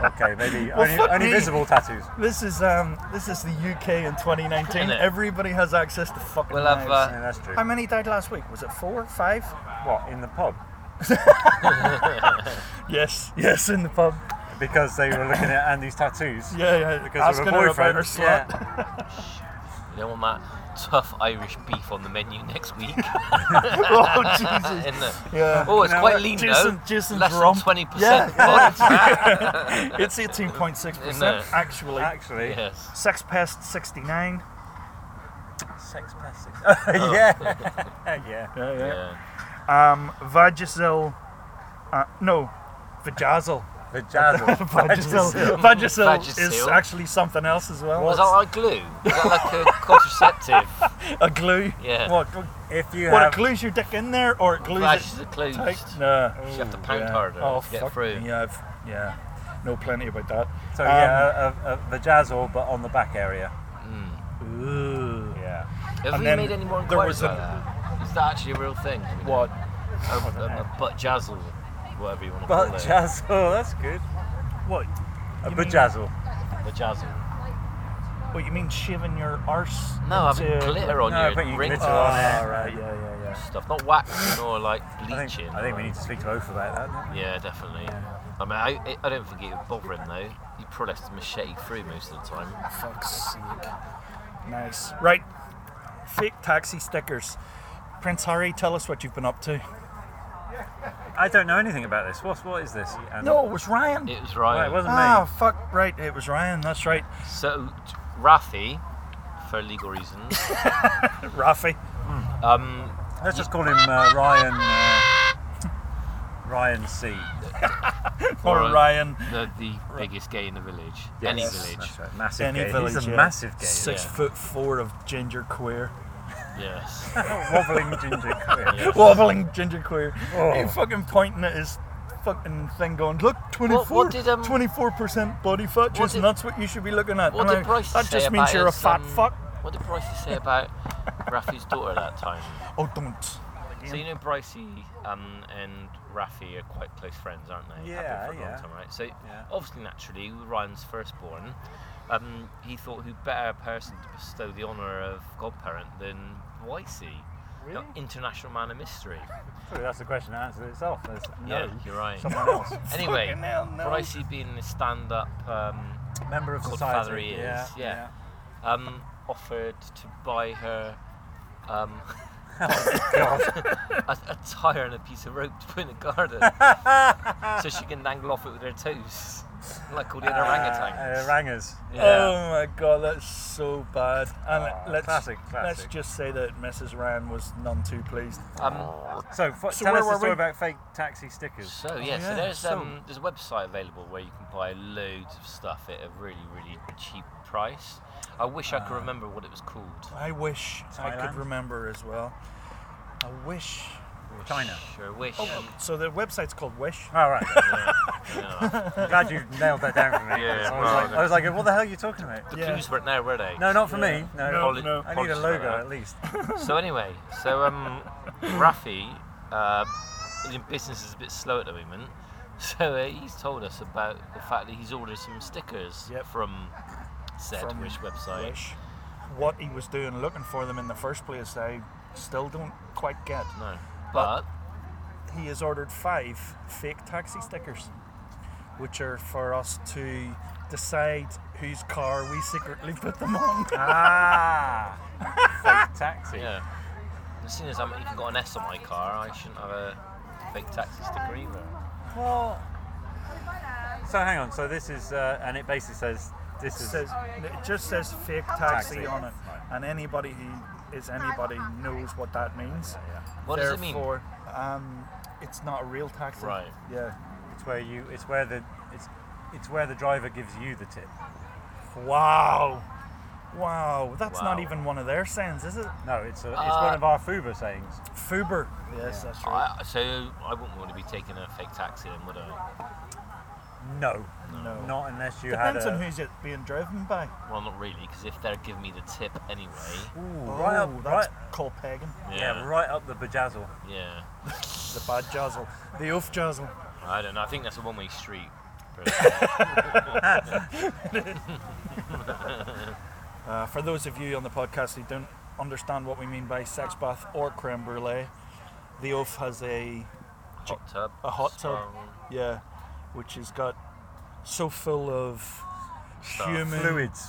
[SPEAKER 2] Okay, maybe only,
[SPEAKER 1] fuck
[SPEAKER 2] only
[SPEAKER 1] me.
[SPEAKER 2] visible tattoos.
[SPEAKER 1] This is um, this is the UK in 2019.
[SPEAKER 3] Isn't it?
[SPEAKER 1] Everybody has access to fucking.
[SPEAKER 3] We'll have, uh,
[SPEAKER 1] knives.
[SPEAKER 2] Yeah, that's true.
[SPEAKER 1] How many died last week? Was it four, five?
[SPEAKER 2] What in the pub?
[SPEAKER 1] Yes, yes, in the pub.
[SPEAKER 2] Because they were looking at Andy's tattoos.
[SPEAKER 1] Yeah, yeah.
[SPEAKER 2] Because
[SPEAKER 1] asking
[SPEAKER 2] of her
[SPEAKER 1] her about
[SPEAKER 2] boyfriend.
[SPEAKER 1] her slut.
[SPEAKER 2] Yeah.
[SPEAKER 3] you don't want that tough Irish beef on the menu next week.
[SPEAKER 1] oh Jesus!
[SPEAKER 3] Isn't it?
[SPEAKER 1] Yeah.
[SPEAKER 3] Oh, it's
[SPEAKER 2] No,
[SPEAKER 3] quite
[SPEAKER 2] that-
[SPEAKER 3] lean
[SPEAKER 1] Jason-
[SPEAKER 3] though.
[SPEAKER 1] Jason's
[SPEAKER 3] Less
[SPEAKER 1] rump.
[SPEAKER 3] than twenty
[SPEAKER 1] Yeah,
[SPEAKER 3] percent.
[SPEAKER 1] It's eighteen point six
[SPEAKER 3] Isn't
[SPEAKER 1] percent
[SPEAKER 3] it?
[SPEAKER 1] actually.
[SPEAKER 2] Actually,
[SPEAKER 3] Yes.
[SPEAKER 1] Sex Pest sixty nine.
[SPEAKER 2] sex past six. yeah, yeah.
[SPEAKER 1] Yeah,
[SPEAKER 3] Yeah.
[SPEAKER 1] yeah. Um, Vagisil, uh, no, Vajazzle.
[SPEAKER 7] Vajazzle.
[SPEAKER 1] Vagisil. Vagisil is
[SPEAKER 3] Vagisil.
[SPEAKER 1] actually something else as well.
[SPEAKER 3] Was that like glue? Is that like a contraceptive?
[SPEAKER 1] a glue?
[SPEAKER 3] Yeah.
[SPEAKER 1] What,
[SPEAKER 2] If you
[SPEAKER 1] what it
[SPEAKER 2] have,
[SPEAKER 1] glues your dick in there or it glues
[SPEAKER 3] Flash
[SPEAKER 1] it
[SPEAKER 3] is closed.
[SPEAKER 1] tight? No.
[SPEAKER 3] You have to pound
[SPEAKER 1] yeah.
[SPEAKER 3] harder
[SPEAKER 1] Oh,
[SPEAKER 3] to get
[SPEAKER 1] fuck
[SPEAKER 3] through.
[SPEAKER 1] me, I've, yeah. Know plenty about that.
[SPEAKER 2] so
[SPEAKER 1] Um,
[SPEAKER 2] yeah, a, a, a vajazzle, but on the back area.
[SPEAKER 1] Um, Ooh.
[SPEAKER 2] Yeah.
[SPEAKER 3] Have
[SPEAKER 1] And
[SPEAKER 3] we
[SPEAKER 1] then
[SPEAKER 3] made any more
[SPEAKER 1] there was
[SPEAKER 3] inquiries about that? Is that actually a real thing?
[SPEAKER 1] What?
[SPEAKER 3] A, a, a butt jazzle, whatever you want to
[SPEAKER 2] But
[SPEAKER 3] call it.
[SPEAKER 2] jazzle, that's good.
[SPEAKER 1] What?
[SPEAKER 2] A
[SPEAKER 1] You mean-
[SPEAKER 2] vajazzle.
[SPEAKER 3] the jazzle.
[SPEAKER 1] What, you mean shaving your arse?
[SPEAKER 3] No, having
[SPEAKER 1] into-
[SPEAKER 3] glitter on
[SPEAKER 2] No,
[SPEAKER 3] your
[SPEAKER 2] putting
[SPEAKER 3] ring
[SPEAKER 2] glitter
[SPEAKER 1] Oh,
[SPEAKER 2] on it.
[SPEAKER 1] right, yeah, yeah, yeah.
[SPEAKER 3] stuff, not waxing or like
[SPEAKER 2] I
[SPEAKER 3] bleaching.
[SPEAKER 2] think, I think we need to speak to Oath about that. don't we?
[SPEAKER 3] Yeah, definitely. I mean, I, I don't think it would bother him though. He probably has to machete through most of the time.
[SPEAKER 1] Fuck's sake. Nice. Right. Fake taxi stickers. Prince Harry, tell us what you've been up to.
[SPEAKER 2] I don't know anything about this. What's what is this? And-
[SPEAKER 1] No, it was Ryan.
[SPEAKER 3] It was
[SPEAKER 2] Right,
[SPEAKER 3] Ryan.
[SPEAKER 2] it wasn't me.
[SPEAKER 1] Ah, fuck, right. It was Ryan. That's right.
[SPEAKER 3] so, Rafi, for legal reasons,
[SPEAKER 1] Rafi.
[SPEAKER 3] um,
[SPEAKER 2] Let's just call him uh, Ryan. Uh, Ryan C.
[SPEAKER 1] Or
[SPEAKER 3] Alright.
[SPEAKER 1] Ryan.
[SPEAKER 3] the, the biggest gay in the village. Any village.
[SPEAKER 2] That's right. Massive
[SPEAKER 1] Any
[SPEAKER 2] gay.
[SPEAKER 1] village.
[SPEAKER 2] He's a
[SPEAKER 1] yeah.
[SPEAKER 2] massive gay.
[SPEAKER 1] Six
[SPEAKER 3] yeah.
[SPEAKER 1] foot four of ginger queer.
[SPEAKER 3] Yes.
[SPEAKER 2] Wobbling ginger queer.
[SPEAKER 1] Wobbling ginger queer.
[SPEAKER 2] Oh.
[SPEAKER 1] He fucking pointing at his fucking thing going, look, 24,
[SPEAKER 3] did, um,
[SPEAKER 1] 24% body fat, Jason,
[SPEAKER 3] did-
[SPEAKER 1] that's what you should be looking at.
[SPEAKER 3] What
[SPEAKER 1] And I-
[SPEAKER 3] did Bryce
[SPEAKER 1] that
[SPEAKER 3] say
[SPEAKER 1] just
[SPEAKER 3] about
[SPEAKER 1] means you're a
[SPEAKER 3] his,
[SPEAKER 1] fat
[SPEAKER 3] um,
[SPEAKER 1] fuck.
[SPEAKER 3] What did Bryce say about Rafi's daughter that time?
[SPEAKER 1] Oh, don't.
[SPEAKER 3] So you know Brycey um, and Rafi are quite close friends, aren't they? Have been
[SPEAKER 2] Yeah,
[SPEAKER 3] for a long
[SPEAKER 2] yeah.
[SPEAKER 3] time, right? So obviously, naturally, Ryan's firstborn. Um, he thought who better person to bestow the honour of godparent than Brycey, the international man of mystery.
[SPEAKER 2] Surely that's the question that answers itself. There's no
[SPEAKER 3] Yeah, you're right.
[SPEAKER 2] someone else.
[SPEAKER 3] Anyway,
[SPEAKER 1] Fucking hell, no.
[SPEAKER 3] Brycey being the stand-up. Um,
[SPEAKER 2] Member of
[SPEAKER 3] Godfather
[SPEAKER 2] society.
[SPEAKER 3] he is,
[SPEAKER 2] Yeah.
[SPEAKER 3] yeah. um, offered to buy her um, a, a tire and a piece of rope to put in the garden so she can dangle off it with her toes, like all the other
[SPEAKER 2] Uh,
[SPEAKER 3] orangutans.
[SPEAKER 2] orangers.
[SPEAKER 3] yeah.
[SPEAKER 1] Oh my god, that's so bad. And
[SPEAKER 2] Ah,
[SPEAKER 1] let's
[SPEAKER 2] classic,
[SPEAKER 1] let's
[SPEAKER 2] classic.
[SPEAKER 1] just say that Mrs. Ryan was none too pleased.
[SPEAKER 3] Um,
[SPEAKER 2] So, f-
[SPEAKER 1] So
[SPEAKER 2] tell
[SPEAKER 1] where
[SPEAKER 2] us
[SPEAKER 1] were
[SPEAKER 2] the story
[SPEAKER 1] we?
[SPEAKER 2] about fake taxi stickers.
[SPEAKER 3] so yeah,
[SPEAKER 1] yeah,
[SPEAKER 3] so there's
[SPEAKER 1] so-
[SPEAKER 3] um, there's a website available where you can buy loads of stuff at a really really cheap price. I wish I could remember what it was called.
[SPEAKER 1] I wish I could
[SPEAKER 2] Thailand?
[SPEAKER 1] remember as well. I wish.
[SPEAKER 2] China.
[SPEAKER 3] Sure wish.
[SPEAKER 1] Oh,
[SPEAKER 3] um,
[SPEAKER 1] So the website's called Wish.
[SPEAKER 2] All right.
[SPEAKER 3] yeah.
[SPEAKER 2] I'm glad you nailed that down for me.
[SPEAKER 3] Yeah,
[SPEAKER 2] I, was like,
[SPEAKER 3] well,
[SPEAKER 2] I was like, what the hell are you talking about?
[SPEAKER 3] The
[SPEAKER 1] Yeah.
[SPEAKER 3] clues weren't there, were they?
[SPEAKER 2] No, not for me. No.
[SPEAKER 1] No,
[SPEAKER 3] Apolo-
[SPEAKER 1] no.
[SPEAKER 2] I need a
[SPEAKER 3] apologies about
[SPEAKER 2] logo
[SPEAKER 3] that.
[SPEAKER 2] at least.
[SPEAKER 3] So anyway, so um, Rafi, uh, his business is a bit slow at the moment. So uh, he's told us about the fact that he's ordered some stickers
[SPEAKER 1] Yep.
[SPEAKER 3] from said
[SPEAKER 1] From
[SPEAKER 3] Wish website.
[SPEAKER 1] Wish. What he was doing looking for them in the first place, I still don't quite get.
[SPEAKER 3] No,
[SPEAKER 1] But-
[SPEAKER 3] but
[SPEAKER 1] He has ordered five fake taxi stickers, which are for us to decide whose car we secretly put them on.
[SPEAKER 2] ah. Fake taxi.
[SPEAKER 3] yeah, as soon as I'm even got an S on my car, I shouldn't have a fake taxi sticker either.
[SPEAKER 2] Well. So hang on. So this is, uh, and it basically says this is.
[SPEAKER 1] says it just says fake taxi,
[SPEAKER 2] Taxi.
[SPEAKER 1] on it, and anybody who is anybody knows what that means.
[SPEAKER 3] What does it mean?
[SPEAKER 1] Therefore, um, it's not a real taxi.
[SPEAKER 3] Right.
[SPEAKER 1] Yeah.
[SPEAKER 2] It's where you. It's where the. It's. It's where the driver gives you the tip.
[SPEAKER 1] Wow. Wow. That's not
[SPEAKER 3] Wow.
[SPEAKER 1] even one of their sayings, is it?
[SPEAKER 2] No, it's a, it's
[SPEAKER 3] Uh,
[SPEAKER 2] one of our Fuba sayings.
[SPEAKER 1] Fuber. Yes, that's right.
[SPEAKER 3] I, so I wouldn't want to be taking a fake taxi, then, would I?
[SPEAKER 2] No,
[SPEAKER 1] No.
[SPEAKER 2] not unless you
[SPEAKER 1] Depends
[SPEAKER 2] had a
[SPEAKER 1] on who's it being driven by.
[SPEAKER 3] Well, not really, because if they're giving me the tip anyway,
[SPEAKER 2] Ooh, right up,
[SPEAKER 1] Ooh,
[SPEAKER 2] right,
[SPEAKER 1] Oh, that's called pegging.
[SPEAKER 3] yeah,
[SPEAKER 2] yeah. right up the bajazzle.
[SPEAKER 3] yeah.
[SPEAKER 1] The bad jazzle. The oof jazzle.
[SPEAKER 3] I don't know. I think that's a one-way street.
[SPEAKER 1] Uh, for those of you on the podcast who don't understand what we mean by sex bath or creme brulee, the oof has a
[SPEAKER 3] hot tub.
[SPEAKER 1] a hot tub.
[SPEAKER 3] Um,
[SPEAKER 1] Yeah, which has got so full of human
[SPEAKER 2] Fluids,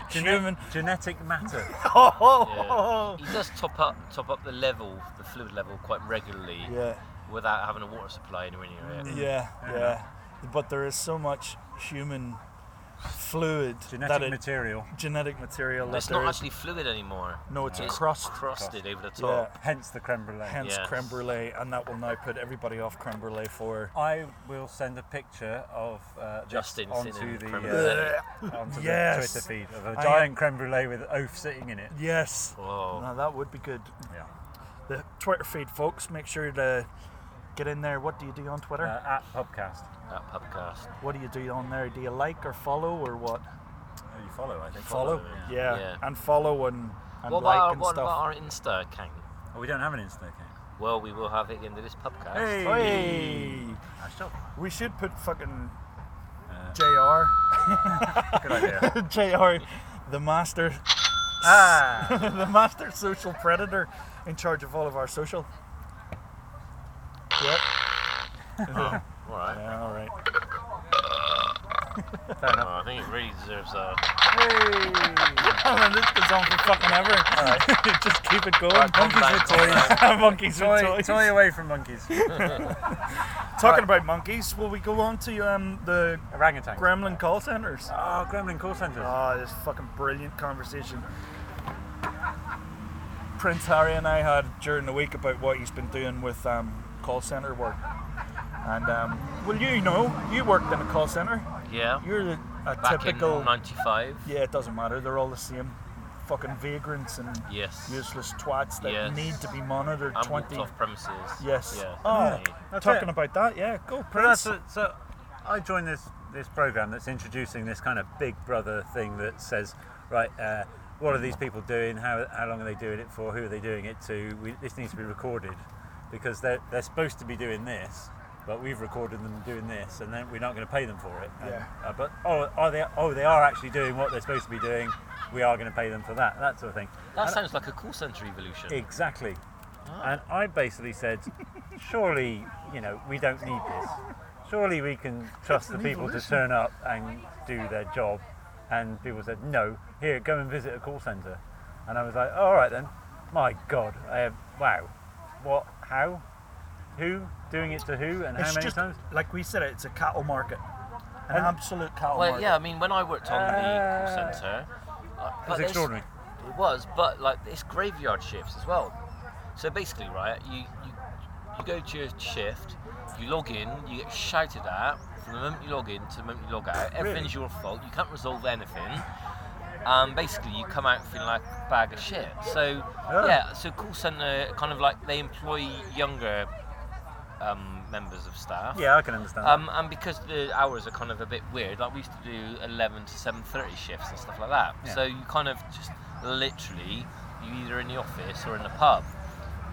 [SPEAKER 1] human.
[SPEAKER 2] genetic matter.
[SPEAKER 1] Oh.
[SPEAKER 3] yeah. He does top up top up the level, the fluid level, quite regularly
[SPEAKER 1] Yeah,
[SPEAKER 3] without having Mm.
[SPEAKER 1] Mm.
[SPEAKER 3] a water supply anywhere near it.
[SPEAKER 1] yeah, yeah. But there is so much human fluid
[SPEAKER 2] Genetic
[SPEAKER 1] that it-
[SPEAKER 2] material.
[SPEAKER 1] genetic material
[SPEAKER 3] It's
[SPEAKER 1] that
[SPEAKER 3] not
[SPEAKER 1] there is-
[SPEAKER 3] actually fluid anymore.
[SPEAKER 1] no it's a
[SPEAKER 3] It's
[SPEAKER 1] crust
[SPEAKER 3] crusted over the
[SPEAKER 1] yeah
[SPEAKER 3] top.
[SPEAKER 2] Hence the creme brulee.
[SPEAKER 1] hence
[SPEAKER 3] Yes.
[SPEAKER 1] creme brulee and that will now put everybody off creme brulee for
[SPEAKER 2] I will send a picture of uh, this
[SPEAKER 3] Justin
[SPEAKER 2] onto
[SPEAKER 3] sitting in
[SPEAKER 2] the,
[SPEAKER 3] creme
[SPEAKER 2] uh,
[SPEAKER 3] brulee.
[SPEAKER 2] onto
[SPEAKER 1] Yes.
[SPEAKER 2] the Twitter feed of a
[SPEAKER 1] I
[SPEAKER 2] giant creme brulee with oaf sitting in it.
[SPEAKER 1] yes
[SPEAKER 3] Whoa.
[SPEAKER 1] now that would be good
[SPEAKER 2] Yeah.
[SPEAKER 1] the twitter feed folks make sure to get in there what do you do on twitter
[SPEAKER 2] Uh, at Pubcast.
[SPEAKER 3] That podcast.
[SPEAKER 1] what do you do on there do you like or follow or what
[SPEAKER 2] you follow, I think.
[SPEAKER 1] follow
[SPEAKER 3] yeah.
[SPEAKER 1] yeah,
[SPEAKER 3] Yeah.
[SPEAKER 1] and follow and, and
[SPEAKER 3] What
[SPEAKER 1] like
[SPEAKER 3] about, our,
[SPEAKER 1] and
[SPEAKER 3] what
[SPEAKER 1] stuff
[SPEAKER 3] about our Insta account?
[SPEAKER 2] Oh, we don't have an Insta account.
[SPEAKER 3] Well, we will have it into this podcast.
[SPEAKER 1] hey
[SPEAKER 2] Nice job.
[SPEAKER 1] we should put fucking
[SPEAKER 2] Uh,
[SPEAKER 1] jr
[SPEAKER 2] good idea.
[SPEAKER 1] JR, the master,
[SPEAKER 2] ah!
[SPEAKER 1] the master social predator in charge of all of our social. Yep.
[SPEAKER 3] All right.
[SPEAKER 1] Yeah, all right.
[SPEAKER 3] Oh, I think it really deserves a.
[SPEAKER 1] Hey! this goes on for fucking ever. Just keep it going.
[SPEAKER 3] Right, come
[SPEAKER 1] monkeys
[SPEAKER 3] back,
[SPEAKER 1] with
[SPEAKER 3] come
[SPEAKER 1] toys. monkeys with
[SPEAKER 2] toy,
[SPEAKER 1] toys.
[SPEAKER 2] toy away from monkeys.
[SPEAKER 1] Talking about monkeys, will we go on to um, the
[SPEAKER 2] Orangutan.
[SPEAKER 1] gremlin call centers?
[SPEAKER 2] oh, Gremlin call centers.
[SPEAKER 1] Oh, this fucking brilliant conversation. Prince Harry and I had during the week about what he's been doing with um, call center work. And, um, well, you know, you worked in a call center.
[SPEAKER 3] Yeah.
[SPEAKER 1] You're the- a
[SPEAKER 3] Back
[SPEAKER 1] typical.
[SPEAKER 3] in 95.
[SPEAKER 1] yeah, it doesn't matter. They're all the same. Fucking vagrants and
[SPEAKER 3] Yes.
[SPEAKER 1] useless twats that
[SPEAKER 3] Yes.
[SPEAKER 1] need to be monitored
[SPEAKER 3] I'm
[SPEAKER 1] 20.
[SPEAKER 3] off premises.
[SPEAKER 1] Yes.
[SPEAKER 3] Yeah.
[SPEAKER 1] Oh,
[SPEAKER 3] Yeah.
[SPEAKER 2] That's
[SPEAKER 1] talking
[SPEAKER 2] it.
[SPEAKER 1] about that, yeah, go,
[SPEAKER 2] But that's
[SPEAKER 1] Prince.
[SPEAKER 2] a, so. I joined this this program that's introducing this kind of Big Brother thing that says, right, uh, what are these people doing? How how long are they doing it for? Who are they doing it to? We, this needs to be recorded because they're they're supposed to be doing this, but we've recorded them doing this, and then we're not going to pay them for it. And,
[SPEAKER 1] Yeah.
[SPEAKER 2] uh, but oh, are they? Oh, they are actually doing what they're supposed to be doing. We are going to pay them for that. That sort of thing.
[SPEAKER 3] That sounds like a call centre evolution.
[SPEAKER 2] Exactly. And I basically said, surely, you know, we don't need this. Surely we can trust the people to turn up and do their job. And people said, no, here, go and visit a call centre. And I was like, all right then. My God, I have, wow. What, how, who, doing it to who, and how
[SPEAKER 1] It's
[SPEAKER 2] many
[SPEAKER 1] just,
[SPEAKER 2] times?
[SPEAKER 1] like we said, it's a cattle market. An
[SPEAKER 2] And-
[SPEAKER 1] absolute cattle
[SPEAKER 3] Well,
[SPEAKER 1] market.
[SPEAKER 3] yeah, I mean, when I worked on
[SPEAKER 2] Uh,
[SPEAKER 3] the call centre, uh, but
[SPEAKER 2] It's
[SPEAKER 3] there's-
[SPEAKER 2] extraordinary.
[SPEAKER 3] It was, but like it's graveyard shifts as well. So basically, right, you you, you go to your shift, you log in, you get shouted at from the moment you log in to the moment you log out. Everything's your fault. You can't resolve anything. Um, basically, you come out feeling like a bag of shit. So yeah, so call centre kind of like they employ younger um, members of staff.
[SPEAKER 2] Yeah, I can understand.
[SPEAKER 3] Um, and because the hours are kind of a bit weird, like we used to do eleven to seven thirty shifts and stuff like that.
[SPEAKER 2] Yeah.
[SPEAKER 3] So you kind of just literally you either in the office or in the pub,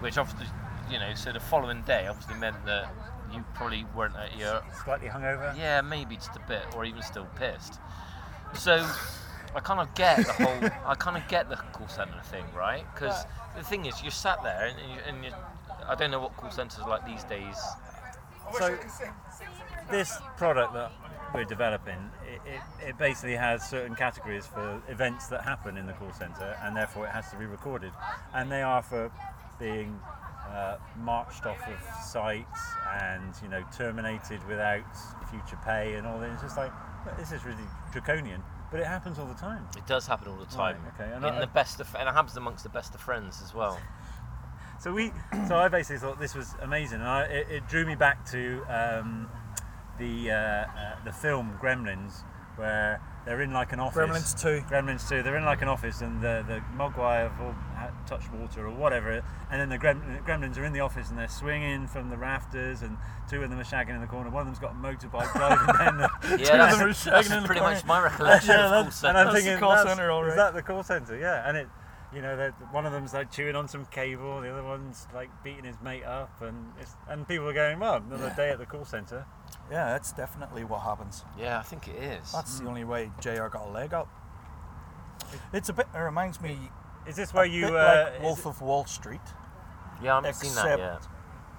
[SPEAKER 3] which obviously you know. So the following day obviously meant that you probably weren't at your
[SPEAKER 2] Slightly hungover.
[SPEAKER 3] yeah maybe just a bit or even still pissed. So I kind of get the whole I kind of get the call centre thing right because the thing is you're sat there and, and, you and you're, I don't know what call centres are like these days.
[SPEAKER 2] So this product that we're developing, it, it, it basically has certain categories for events that happen in the call centre, and therefore it has to be recorded. And they are for being uh, marched off of sites and you know terminated without future pay and all that. It's just like this is really draconian, but it happens all the time.
[SPEAKER 3] It does happen all the time.
[SPEAKER 2] Right, okay, and
[SPEAKER 3] In
[SPEAKER 2] I-
[SPEAKER 3] the best of, and it happens amongst the best of friends as well.
[SPEAKER 2] So we, so I basically thought this was amazing, and I, it, it drew me back to um, the uh, uh, the film Gremlins, where they're in like an office.
[SPEAKER 1] Gremlins 2.
[SPEAKER 2] Gremlins two. They're in like an office, and the the Mogwai have all ha- touched water or whatever, and then the grem- Gremlins are in the office and they're swinging from the rafters, and two of them are shagging in the corner. One of them's got a motorbike driving down the.
[SPEAKER 3] Yeah, that's,
[SPEAKER 1] them are
[SPEAKER 3] that's
[SPEAKER 1] shagging in the
[SPEAKER 3] pretty
[SPEAKER 1] corner.
[SPEAKER 3] much my recollection
[SPEAKER 2] Yeah,
[SPEAKER 3] of call
[SPEAKER 2] that's- and I'm
[SPEAKER 3] centre.
[SPEAKER 1] That's the
[SPEAKER 2] thinking,
[SPEAKER 1] call
[SPEAKER 2] that's-
[SPEAKER 1] centre, all
[SPEAKER 2] Is
[SPEAKER 1] right.
[SPEAKER 2] that the call centre? Yeah, and it, you know, they're- one of them's like chewing on some cable, the other one's like beating his mate up, and it's, and people are going, well, another day at the call centre.
[SPEAKER 1] Yeah, that's definitely what happens.
[SPEAKER 3] Yeah, I think it is.
[SPEAKER 1] That's
[SPEAKER 2] Hmm.
[SPEAKER 1] the only way JR got a leg up. It's a bit. It reminds me.
[SPEAKER 2] Is this
[SPEAKER 1] a
[SPEAKER 2] where you?
[SPEAKER 1] bit
[SPEAKER 2] Uh,
[SPEAKER 1] like
[SPEAKER 2] is
[SPEAKER 1] Wolf
[SPEAKER 2] it-
[SPEAKER 1] of Wall Street?
[SPEAKER 3] yeah, I haven't seen that
[SPEAKER 1] Except-
[SPEAKER 3] yet.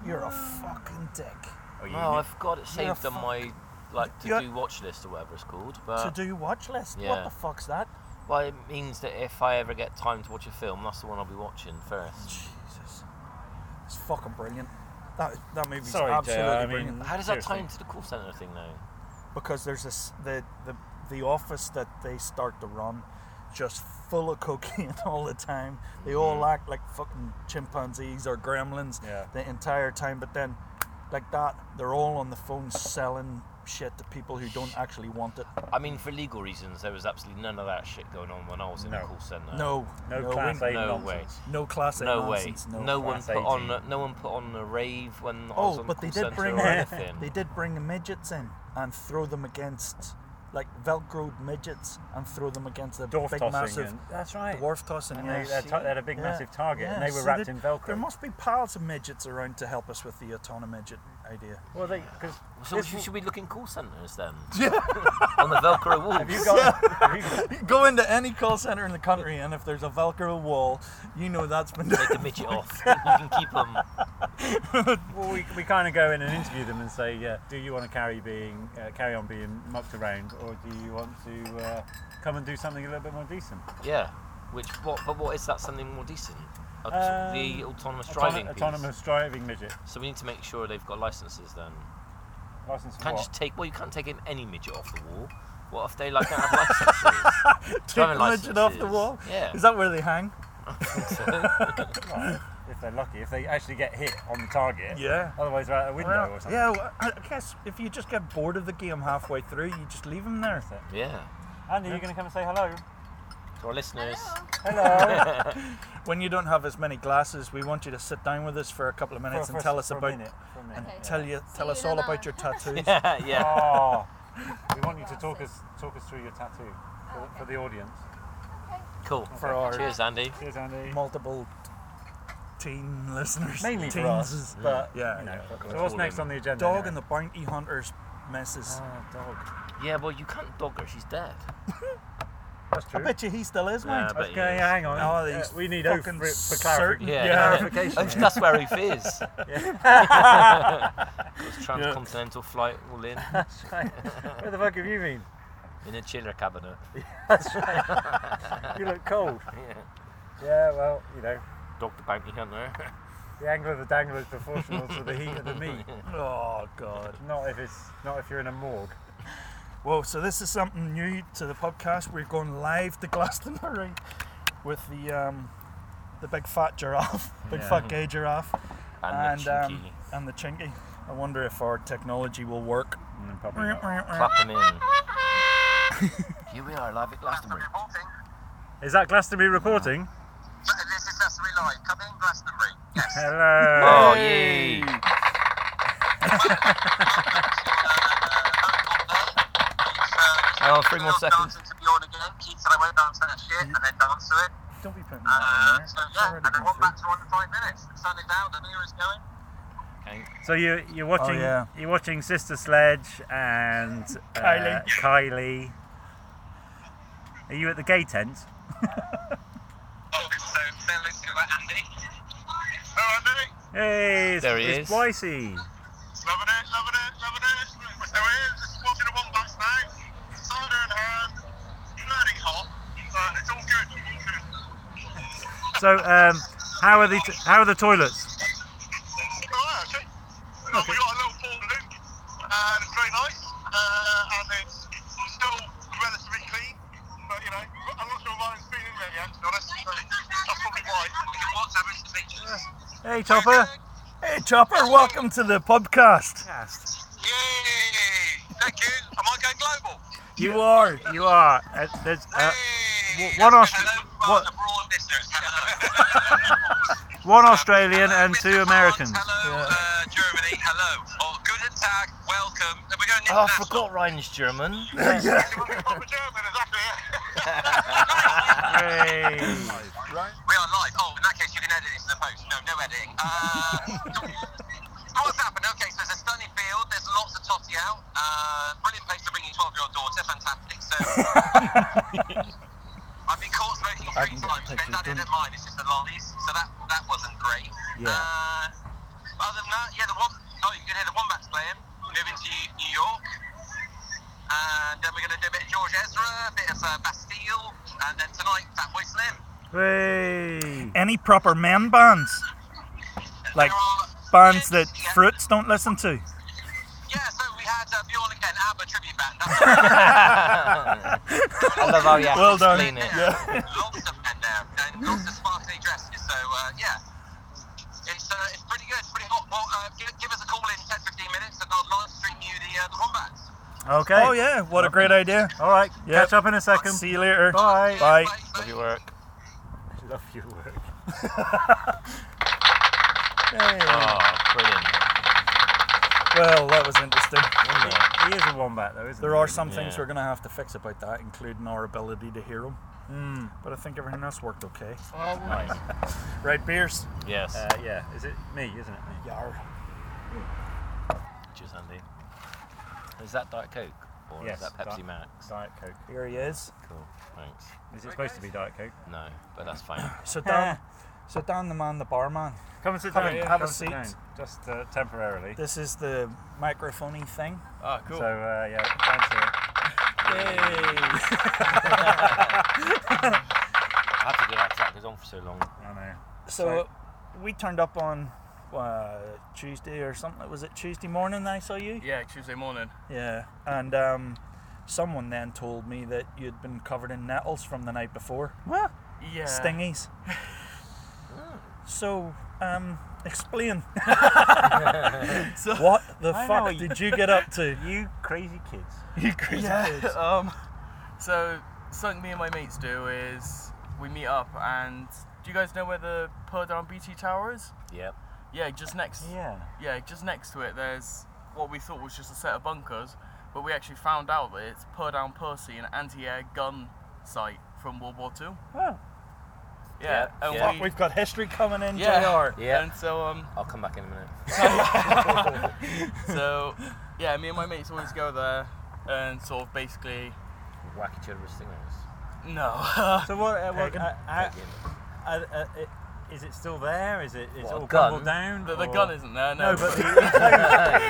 [SPEAKER 1] You're a
[SPEAKER 2] Hmm.
[SPEAKER 1] fucking dick.
[SPEAKER 2] oh, you-
[SPEAKER 3] No, I've got it
[SPEAKER 1] You're a
[SPEAKER 3] saved on my like to
[SPEAKER 1] You're-
[SPEAKER 3] do watch list or whatever it's called.
[SPEAKER 2] Uh,
[SPEAKER 3] But
[SPEAKER 1] to do watch list. What
[SPEAKER 3] yeah.
[SPEAKER 1] the fuck's that?
[SPEAKER 3] well, it means that if I ever get time to watch a film, that's the one I'll be watching first.
[SPEAKER 1] Jesus, it's fucking brilliant. That that movie's
[SPEAKER 2] Sorry, JR,
[SPEAKER 1] absolutely
[SPEAKER 2] I mean-
[SPEAKER 1] brilliant
[SPEAKER 3] How does that
[SPEAKER 2] Seriously.
[SPEAKER 3] tie into the call centre thing though?
[SPEAKER 1] because there's this the the the office that they start to run just full of cocaine all the time. They all act like fucking chimpanzees or gremlins
[SPEAKER 2] Mm-hmm. Yeah.
[SPEAKER 1] the entire time, but then like that, they're all on the phone selling shit to people who don't actually want
[SPEAKER 2] Uh,
[SPEAKER 1] it.
[SPEAKER 3] I mean, for legal reasons, there was absolutely none of that shit going on when I was in the
[SPEAKER 2] No.
[SPEAKER 3] call centre.
[SPEAKER 1] No,
[SPEAKER 2] No,
[SPEAKER 1] no,
[SPEAKER 2] class
[SPEAKER 1] we-
[SPEAKER 2] A
[SPEAKER 3] no way.
[SPEAKER 2] nonsense.
[SPEAKER 1] no class A
[SPEAKER 3] No way.
[SPEAKER 1] nonsense,
[SPEAKER 3] No,
[SPEAKER 1] no.
[SPEAKER 3] one
[SPEAKER 2] class
[SPEAKER 3] put on.
[SPEAKER 2] 18.
[SPEAKER 3] A, no one put on a rave when I was
[SPEAKER 1] Oh,
[SPEAKER 3] on
[SPEAKER 1] but
[SPEAKER 3] the
[SPEAKER 1] they did
[SPEAKER 3] call centre
[SPEAKER 1] bring
[SPEAKER 3] or
[SPEAKER 1] the,
[SPEAKER 3] anything.
[SPEAKER 1] they did bring the midgets in and throw them against like velcroed midgets and throw them against the
[SPEAKER 2] Dwarf
[SPEAKER 1] big
[SPEAKER 2] tossing.
[SPEAKER 1] massive
[SPEAKER 2] and, that's right.
[SPEAKER 1] dwarf tossing.
[SPEAKER 2] And
[SPEAKER 1] yeah.
[SPEAKER 2] they, they, had ta- they had a big,
[SPEAKER 1] Yeah,
[SPEAKER 2] massive target, and
[SPEAKER 1] yeah,
[SPEAKER 2] they were
[SPEAKER 1] so
[SPEAKER 2] wrapped
[SPEAKER 1] there-
[SPEAKER 2] in Velcro.
[SPEAKER 1] There must be piles of midgets around to help us with the autonomous midget idea.
[SPEAKER 2] well, they because
[SPEAKER 3] So we should, should we look in call centres then? on the Velcro walls.
[SPEAKER 2] have you got? have you-
[SPEAKER 1] Go into any call center in the country, and if there's a Velcro wall, you know that's been done.
[SPEAKER 3] Take the midget off. you can keep them.
[SPEAKER 2] Well, we, we kind of go in and interview them and say, yeah, do you want to carry being uh, carry on being mucked around, or do you want to uh, come and do something a little bit more decent?
[SPEAKER 3] Yeah. Which what? But what is that? Something more decent? Aut- the
[SPEAKER 2] Um,
[SPEAKER 3] autonomous
[SPEAKER 2] Autono-
[SPEAKER 3] driving. piece.
[SPEAKER 2] autonomous driving midget
[SPEAKER 3] So we need to make sure they've got licences then.
[SPEAKER 2] license for
[SPEAKER 3] Can't
[SPEAKER 2] what?
[SPEAKER 3] just take. Well, you can't take in any midget off the wall. What if they like don't have licences?
[SPEAKER 1] Take
[SPEAKER 3] driving
[SPEAKER 1] the midget off the
[SPEAKER 3] licenses.
[SPEAKER 1] wall.
[SPEAKER 3] Yeah.
[SPEAKER 1] Is that where they hang?
[SPEAKER 2] Well, if they're lucky, if they actually get hit on the target.
[SPEAKER 1] Yeah.
[SPEAKER 2] Otherwise, they're out a window
[SPEAKER 1] Well,
[SPEAKER 2] or something.
[SPEAKER 1] yeah, well, I I guess if you just get bored of the game halfway through, you just leave them there.
[SPEAKER 3] yeah.
[SPEAKER 2] Andy, you going to come and say hello?
[SPEAKER 3] To our listeners.
[SPEAKER 2] Hello.
[SPEAKER 1] When you don't have as many glasses, we want you to sit down with us for a couple of minutes and
[SPEAKER 2] For- for-
[SPEAKER 1] tell us
[SPEAKER 2] for a
[SPEAKER 1] about
[SPEAKER 2] minute, for a minute.
[SPEAKER 1] and
[SPEAKER 2] Okay.
[SPEAKER 1] tell you tell
[SPEAKER 7] you
[SPEAKER 1] us
[SPEAKER 7] in
[SPEAKER 1] all
[SPEAKER 7] an
[SPEAKER 1] about
[SPEAKER 7] hour.
[SPEAKER 1] your tattoos.
[SPEAKER 3] yeah.
[SPEAKER 2] Oh, we want you to talk us talk us through your tattoo
[SPEAKER 8] Oh,
[SPEAKER 2] for, the- for the audience.
[SPEAKER 3] Cool.
[SPEAKER 1] Oh, For our
[SPEAKER 3] Cheers, Andy.
[SPEAKER 2] Cheers, Andy.
[SPEAKER 1] multiple teen listeners.
[SPEAKER 2] Mainly for
[SPEAKER 1] teens.
[SPEAKER 2] us, but
[SPEAKER 1] Yeah,
[SPEAKER 2] you know.
[SPEAKER 1] yeah.
[SPEAKER 2] So what's
[SPEAKER 3] Cool,
[SPEAKER 2] next
[SPEAKER 3] then.
[SPEAKER 2] on the agenda?
[SPEAKER 1] Dog
[SPEAKER 2] anyway?
[SPEAKER 1] and the Bounty Hunters misses.
[SPEAKER 3] Uh,
[SPEAKER 2] Oh, dog.
[SPEAKER 3] Yeah, well, you can't dog her. She's dead.
[SPEAKER 2] That's true.
[SPEAKER 1] I bet you he still is,
[SPEAKER 3] Nah,
[SPEAKER 1] mate.
[SPEAKER 3] but-
[SPEAKER 2] Okay,
[SPEAKER 3] Yeah, yeah.
[SPEAKER 2] hang on.
[SPEAKER 1] Oh,
[SPEAKER 2] Yeah,
[SPEAKER 1] these
[SPEAKER 2] we need
[SPEAKER 1] fucking
[SPEAKER 2] Oath for,
[SPEAKER 1] cert-
[SPEAKER 2] for clarity.
[SPEAKER 3] Yeah.
[SPEAKER 2] Clarification.
[SPEAKER 3] Oh, that's where he is. Got his transcontinental flight all in
[SPEAKER 2] Where the fuck have you been?
[SPEAKER 3] in a chiller cabinet.
[SPEAKER 2] You look cold.
[SPEAKER 3] Yeah.
[SPEAKER 2] Yeah, well, you know,
[SPEAKER 3] Dog the bounty hunter.
[SPEAKER 2] the angle of the dangler is proportional to the heat of the meat.
[SPEAKER 1] Oh god.
[SPEAKER 2] Not if it's not if you're in a morgue.
[SPEAKER 1] Whoa, so this is something new to the podcast. We're going live to Glastonbury with the um the big fat giraffe, big
[SPEAKER 3] Yeah.
[SPEAKER 1] fat gay giraffe.
[SPEAKER 3] And, the
[SPEAKER 1] um,
[SPEAKER 3] cheeky.
[SPEAKER 1] and the chinky. I wonder if our technology will work.
[SPEAKER 2] Mm, probably not.
[SPEAKER 3] Clap him in. Here we are, live at Glastonbury.
[SPEAKER 9] Reporting.
[SPEAKER 2] Is that Glastonbury reporting?
[SPEAKER 9] This is Glastonbury Live. Come in, Glastonbury. Yes.
[SPEAKER 2] Hello.
[SPEAKER 3] Oh, yay!
[SPEAKER 9] uh,
[SPEAKER 3] Oh, three more seconds.
[SPEAKER 9] Dancing to Bjorn again. Keith said I won't dance to that shit, and then dance to it.
[SPEAKER 1] Don't be putting
[SPEAKER 9] Uh,
[SPEAKER 1] that in
[SPEAKER 9] so
[SPEAKER 1] there. It's
[SPEAKER 9] yeah,
[SPEAKER 1] already
[SPEAKER 9] and then
[SPEAKER 1] gone
[SPEAKER 9] one
[SPEAKER 1] through.
[SPEAKER 9] back to one in five minutes. The sun is out, the mirror is going.
[SPEAKER 2] So you you're watching
[SPEAKER 1] Oh, yeah.
[SPEAKER 2] you're watching Sister Sledge and uh,
[SPEAKER 1] Kylie.
[SPEAKER 2] Kylie. Are you at the gay tent?
[SPEAKER 9] Oh, so say hello to Andy. Hello, Andy.
[SPEAKER 2] Hey, it's,
[SPEAKER 3] There he
[SPEAKER 2] it's
[SPEAKER 3] is.
[SPEAKER 2] Blycey.
[SPEAKER 9] Loving it, loving it, loving it. So we're just watching a wombat now. Cider in hand. Bloody hot. But it's all good. All good.
[SPEAKER 2] So um, how are the t- how are the toilets?
[SPEAKER 9] Alright, okay. Well, we got a little ball loop. And it's very nice. Uh, and it's still relatively clean. But, you know, I'm not sure why it's been in there yet, to be honest. So that's probably why. Because what's happened to pictures?
[SPEAKER 2] Hey Chopper.
[SPEAKER 1] Hey Chopper, welcome to the podcast.
[SPEAKER 9] Yay! Thank you. Am I going global?
[SPEAKER 2] You are. You are. Uh, there's, uh,
[SPEAKER 9] Hey!
[SPEAKER 2] wh- one Aust-
[SPEAKER 9] Hello,
[SPEAKER 2] what-
[SPEAKER 9] abroad listeners. Hello.
[SPEAKER 2] one Australian and
[SPEAKER 9] Mr.
[SPEAKER 2] two
[SPEAKER 9] France,
[SPEAKER 2] Americans.
[SPEAKER 9] Hello, uh, Germany. Hello. Oh, guten Tag. Welcome. We're going
[SPEAKER 3] Oh, I
[SPEAKER 9] international.
[SPEAKER 3] forgot Ryan's German.
[SPEAKER 9] Proper German, exactly.
[SPEAKER 2] Hooray.
[SPEAKER 9] we are live. Oh, in that case, you can edit this in the post. No, no editing. Uh, what's happened? Okay, so it's a stunning field. There's lots of totty out. Uh, brilliant place to bring your 12-year-old daughter. Fantastic. So. I've been caught smoking
[SPEAKER 1] I
[SPEAKER 9] three
[SPEAKER 1] can get
[SPEAKER 9] times, but
[SPEAKER 1] pictures,
[SPEAKER 9] that
[SPEAKER 1] don't
[SPEAKER 9] isn't mine, it's just the lollies, so that that wasn't great.
[SPEAKER 2] Yeah.
[SPEAKER 9] Uh, other than that, yeah, the one, oh, you can hear the Wombats playing, moving to New York. And then we're going to do a bit of George Ezra, a bit of uh, Bastille, and then tonight, Fatboy Slim.
[SPEAKER 2] Hooray.
[SPEAKER 1] Any proper men bands? Like
[SPEAKER 9] There are-
[SPEAKER 1] bands that
[SPEAKER 9] yeah,
[SPEAKER 1] fruits don't listen to.
[SPEAKER 9] Yeah, so we had That's uh, Bjorn again, ABBA tribute band. That's
[SPEAKER 3] I love how you have
[SPEAKER 2] Well
[SPEAKER 3] to
[SPEAKER 2] done.
[SPEAKER 3] explain it.
[SPEAKER 9] lots of men there, and lots of sparkly dresses. So uh, yeah, it's uh, it's pretty good, it's pretty hot. Well, uh, give, give us a call in 10, 15 minutes, and I'll live stream you the uh, the wombats.
[SPEAKER 1] Okay.
[SPEAKER 2] Oh yeah, what a great idea.
[SPEAKER 1] All right.
[SPEAKER 2] Yep.
[SPEAKER 1] Catch up in a second.
[SPEAKER 2] See you later.
[SPEAKER 1] Bye.
[SPEAKER 2] Bye.
[SPEAKER 3] Love your work.
[SPEAKER 2] Love your work.
[SPEAKER 3] Oh, brilliant.
[SPEAKER 1] Well, that was interesting.
[SPEAKER 2] He is a wombat though, isn't he?
[SPEAKER 1] There are some
[SPEAKER 3] Yeah.
[SPEAKER 1] things we're going to have to fix about that, including our ability to hear them. But I think everything else worked okay.
[SPEAKER 3] Nice.
[SPEAKER 1] Right, Pierce?
[SPEAKER 3] Yes.
[SPEAKER 2] Uh, yeah, is it me? Isn't it me?
[SPEAKER 1] Yar.
[SPEAKER 3] Cheers, Andy. Is that Diet Coke or
[SPEAKER 2] Yes,
[SPEAKER 3] is that Pepsi
[SPEAKER 2] Di-
[SPEAKER 3] Max?
[SPEAKER 2] Diet Coke.
[SPEAKER 1] Here he is.
[SPEAKER 3] Cool. Thanks.
[SPEAKER 2] Is it supposed to be Diet Coke?
[SPEAKER 3] No, but that's fine.
[SPEAKER 1] So Dan, so Dan the man, the barman.
[SPEAKER 2] Come and sit
[SPEAKER 1] Come
[SPEAKER 2] down.
[SPEAKER 1] in,
[SPEAKER 2] yeah,
[SPEAKER 1] have
[SPEAKER 2] come
[SPEAKER 1] a
[SPEAKER 2] sit
[SPEAKER 1] seat.
[SPEAKER 2] down. Just uh, temporarily.
[SPEAKER 1] This is the microphony thing.
[SPEAKER 10] Ah, cool.
[SPEAKER 2] So uh, yeah, Dan's here.
[SPEAKER 3] I had to do that 'cause that goes on for so long.
[SPEAKER 2] I know.
[SPEAKER 1] So we turned up on uh, Tuesday or something. Was it Tuesday morning that I saw you?
[SPEAKER 7] Yeah, Tuesday morning.
[SPEAKER 1] Yeah. And um, someone then told me that you'd been covered in nettles from the night before. What?
[SPEAKER 7] Yeah.
[SPEAKER 1] Stingies. So, um, explain. what the
[SPEAKER 2] I know
[SPEAKER 1] fuck
[SPEAKER 2] what you-
[SPEAKER 1] did you get up to?
[SPEAKER 2] You crazy kids.
[SPEAKER 7] Yeah. um, so something me and my mates do is we meet up and do you guys know where the Purdown BT Tower is?
[SPEAKER 3] Yep.
[SPEAKER 7] Yeah, just next.
[SPEAKER 2] Yeah.
[SPEAKER 7] Yeah, just next to it. There's what we thought was just a set of bunkers, but we actually found out that it's Purdown Percy, an anti-air gun site from World War Two.
[SPEAKER 1] Oh.
[SPEAKER 7] Yeah.
[SPEAKER 3] Yeah,
[SPEAKER 7] And
[SPEAKER 3] yeah.
[SPEAKER 7] we.
[SPEAKER 1] We've got history coming in,
[SPEAKER 7] Yeah.
[SPEAKER 1] JR.
[SPEAKER 3] Yeah.
[SPEAKER 7] And so um.
[SPEAKER 3] I'll come back in a minute.
[SPEAKER 7] So yeah, me and my mates always go there and sort of basically
[SPEAKER 3] Whack each other with stingers.
[SPEAKER 7] no.
[SPEAKER 2] So what? Uh, what
[SPEAKER 1] Pagan.
[SPEAKER 2] uh, uh,
[SPEAKER 3] Again.
[SPEAKER 2] uh, uh, uh, is it still there? Is it? Is it
[SPEAKER 3] What, a
[SPEAKER 2] all
[SPEAKER 3] gun?
[SPEAKER 2] crumbled down?
[SPEAKER 7] The, the
[SPEAKER 2] or-
[SPEAKER 7] gun isn't there, no.
[SPEAKER 2] No, but the,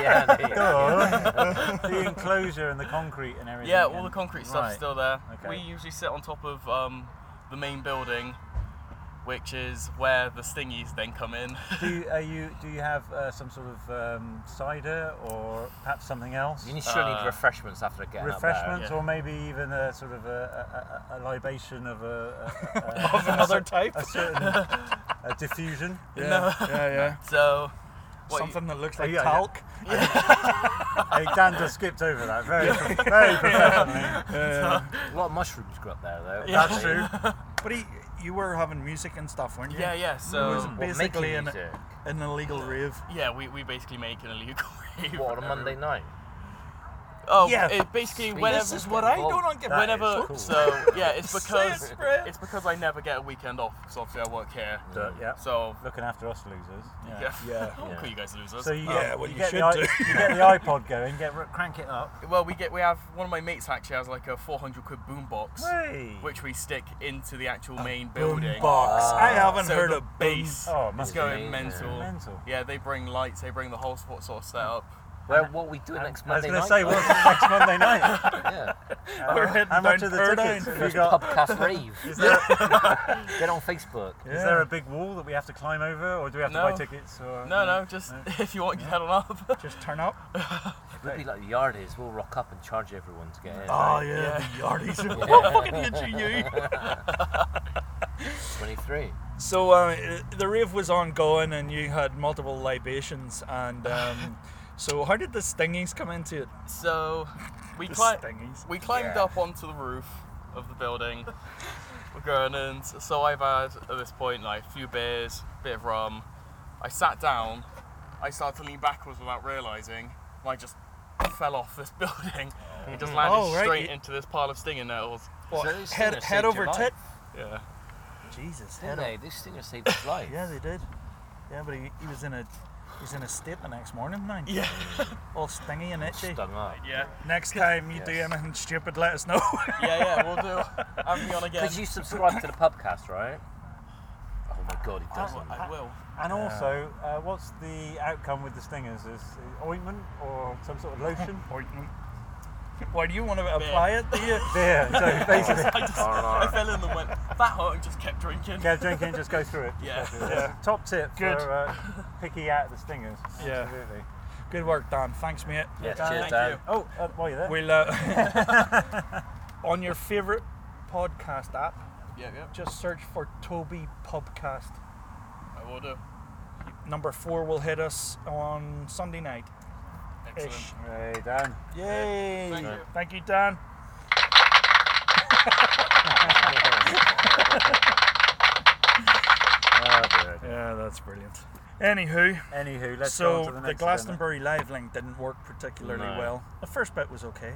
[SPEAKER 3] yeah, Andy.
[SPEAKER 2] enclosure- the enclosure and the concrete and everything.
[SPEAKER 7] yeah, all the
[SPEAKER 2] and-
[SPEAKER 7] concrete stuff's
[SPEAKER 2] right.
[SPEAKER 7] still there.
[SPEAKER 2] Okay.
[SPEAKER 7] We usually sit on top of um, the main building, which is where the stingies then come in.
[SPEAKER 2] Do you, are you do you have uh, some sort of um, cider or perhaps something else?
[SPEAKER 3] You need, sure
[SPEAKER 7] Uh,
[SPEAKER 3] need refreshments after getting up
[SPEAKER 2] Refreshments,
[SPEAKER 7] yeah.
[SPEAKER 2] or maybe even a sort of a, a, a, a libation of a, a, a,
[SPEAKER 1] Of another type.
[SPEAKER 2] a certain a diffusion.
[SPEAKER 1] Yeah, yeah, yeah.
[SPEAKER 7] So, what you-
[SPEAKER 1] Something that looks like
[SPEAKER 2] yeah, yeah.
[SPEAKER 1] talc.
[SPEAKER 2] Hey, Dan just skipped over that very, very professionally.
[SPEAKER 3] there. A lot of mushrooms grew up there, though.
[SPEAKER 7] Yeah.
[SPEAKER 2] That's true.
[SPEAKER 1] But he, you were having music and stuff, weren't you?
[SPEAKER 7] yeah, yeah.
[SPEAKER 1] It was
[SPEAKER 7] So
[SPEAKER 3] What,
[SPEAKER 1] basically
[SPEAKER 3] making
[SPEAKER 1] an,
[SPEAKER 3] music?
[SPEAKER 1] an illegal rave.
[SPEAKER 7] yeah, we, we basically make an illegal rave.
[SPEAKER 3] What, on a Monday night?
[SPEAKER 7] Oh,
[SPEAKER 1] Yeah.
[SPEAKER 7] yeah. It basically whenever
[SPEAKER 3] is what I do on
[SPEAKER 1] get
[SPEAKER 7] whenever.
[SPEAKER 3] cool.
[SPEAKER 7] So yeah, it's because
[SPEAKER 1] it, Brett.
[SPEAKER 7] it's because I never get a weekend off because obviously I work here.
[SPEAKER 2] So, yeah,
[SPEAKER 7] So
[SPEAKER 2] looking after us losers.
[SPEAKER 7] yeah,
[SPEAKER 1] Yeah.
[SPEAKER 7] I'll call you guys losers.
[SPEAKER 2] So you get,
[SPEAKER 1] Yeah, well, you
[SPEAKER 2] get
[SPEAKER 1] should
[SPEAKER 2] the, i-
[SPEAKER 1] do.
[SPEAKER 2] you get the iPod going, get r- crank it up.
[SPEAKER 7] Well, we get we have one of my mates actually has like a 400 quid boombox,
[SPEAKER 2] Hey.
[SPEAKER 7] which we stick into the actual main building.
[SPEAKER 1] Boombox.
[SPEAKER 2] Ah,
[SPEAKER 1] I haven't
[SPEAKER 7] So
[SPEAKER 1] heard
[SPEAKER 7] the
[SPEAKER 1] a
[SPEAKER 7] bass
[SPEAKER 1] bass.
[SPEAKER 2] Oh, it
[SPEAKER 7] is
[SPEAKER 2] must be
[SPEAKER 7] going
[SPEAKER 3] amazing.
[SPEAKER 7] mental.
[SPEAKER 2] Mental.
[SPEAKER 7] Yeah, they bring lights, they bring the whole sort sort of setup.
[SPEAKER 3] Well, what we do next
[SPEAKER 2] I was
[SPEAKER 3] Monday
[SPEAKER 2] going to
[SPEAKER 3] night?
[SPEAKER 2] say, what's next Monday night?
[SPEAKER 3] yeah.
[SPEAKER 1] We're heading
[SPEAKER 2] How much
[SPEAKER 1] down
[SPEAKER 2] are the
[SPEAKER 1] Purdown.
[SPEAKER 2] tickets? Have you
[SPEAKER 3] First
[SPEAKER 2] got,
[SPEAKER 3] pubcast rave.
[SPEAKER 2] is, there,
[SPEAKER 3] Get on Facebook.
[SPEAKER 2] is there a big wall that we have to climb over, or do we have to buy
[SPEAKER 7] No.
[SPEAKER 2] tickets? Or,
[SPEAKER 7] No, no, just if you want, you head on up.
[SPEAKER 1] Just turn up.
[SPEAKER 3] We'll be like the Yardies. We'll rock up and charge everyone to get in.
[SPEAKER 1] Oh,
[SPEAKER 3] right?
[SPEAKER 1] yeah, the yardies.
[SPEAKER 3] Yeah,
[SPEAKER 1] Fucking itchy, you.
[SPEAKER 3] 23.
[SPEAKER 1] So uh, the rave was ongoing, and you had multiple libations. And um, so, how did the stingies come into it?
[SPEAKER 7] So we
[SPEAKER 1] The
[SPEAKER 7] cli-
[SPEAKER 1] stingies.
[SPEAKER 7] we climbed up onto the roof of the building. We're going in. So I've had at this point like a few beers, bit of rum. I sat down. I started to lean backwards without realizing. And I just fell off this building. It just landed
[SPEAKER 1] Oh, right,
[SPEAKER 7] straight
[SPEAKER 1] you-
[SPEAKER 7] into this pile of stinging nettles.
[SPEAKER 1] What,
[SPEAKER 3] these
[SPEAKER 1] head
[SPEAKER 3] singers
[SPEAKER 1] head
[SPEAKER 3] saved
[SPEAKER 1] over
[SPEAKER 3] your
[SPEAKER 1] tit?
[SPEAKER 7] Yeah.
[SPEAKER 1] Jesus, head
[SPEAKER 3] Didn't
[SPEAKER 1] over.
[SPEAKER 3] they? This thing has saved his life.
[SPEAKER 1] Yeah, they did. Yeah, but he, he was in a he was in a state the next morning, man.
[SPEAKER 7] Yeah.
[SPEAKER 1] All stingy and itchy.
[SPEAKER 3] Stung up.
[SPEAKER 7] Yeah.
[SPEAKER 1] Next time you do
[SPEAKER 3] Yes.
[SPEAKER 1] anything stupid, let us know.
[SPEAKER 7] Yeah, yeah, we'll do. Have me on again.
[SPEAKER 3] Because you subscribe to the pubcast, right? Oh my god, he doesn't.
[SPEAKER 7] I will.
[SPEAKER 2] And also, uh, what's the outcome with the stingers? Is it ointment or some sort of lotion?
[SPEAKER 1] Ointment. Why do you want to apply it? Do you?
[SPEAKER 2] Beer. So basically,
[SPEAKER 7] I just I fell in and went, that hurt and just kept drinking.
[SPEAKER 2] yeah, drinking, just go through it.
[SPEAKER 7] Yeah.
[SPEAKER 2] That's it. Top tip
[SPEAKER 1] Good.
[SPEAKER 2] for uh, picking out the stingers.
[SPEAKER 1] Yeah.
[SPEAKER 2] Absolutely.
[SPEAKER 1] Good work, Dan. Thanks, mate.
[SPEAKER 3] Yeah,
[SPEAKER 7] Dan,
[SPEAKER 3] cheers,
[SPEAKER 7] thank
[SPEAKER 3] Dan.
[SPEAKER 7] you.
[SPEAKER 2] Oh, uh, while you're there,
[SPEAKER 1] We'll uh, on your favourite podcast app,
[SPEAKER 7] Yeah, yeah,
[SPEAKER 1] just search for Toby Podcast.
[SPEAKER 7] I will do.
[SPEAKER 1] Number four will hit us on Sunday night.
[SPEAKER 7] Excellent.
[SPEAKER 1] Ish.
[SPEAKER 2] hey Dan.
[SPEAKER 1] Yay!
[SPEAKER 7] Thank you.
[SPEAKER 1] Thank you, Dan.
[SPEAKER 2] Oh, dear.
[SPEAKER 1] Yeah, that's brilliant. Anywho,
[SPEAKER 2] Anywho, let's go
[SPEAKER 1] so
[SPEAKER 2] on to the
[SPEAKER 1] the,
[SPEAKER 2] next agenda.
[SPEAKER 1] Glastonbury live link didn't work particularly
[SPEAKER 3] No.
[SPEAKER 1] well. The first bit was okay.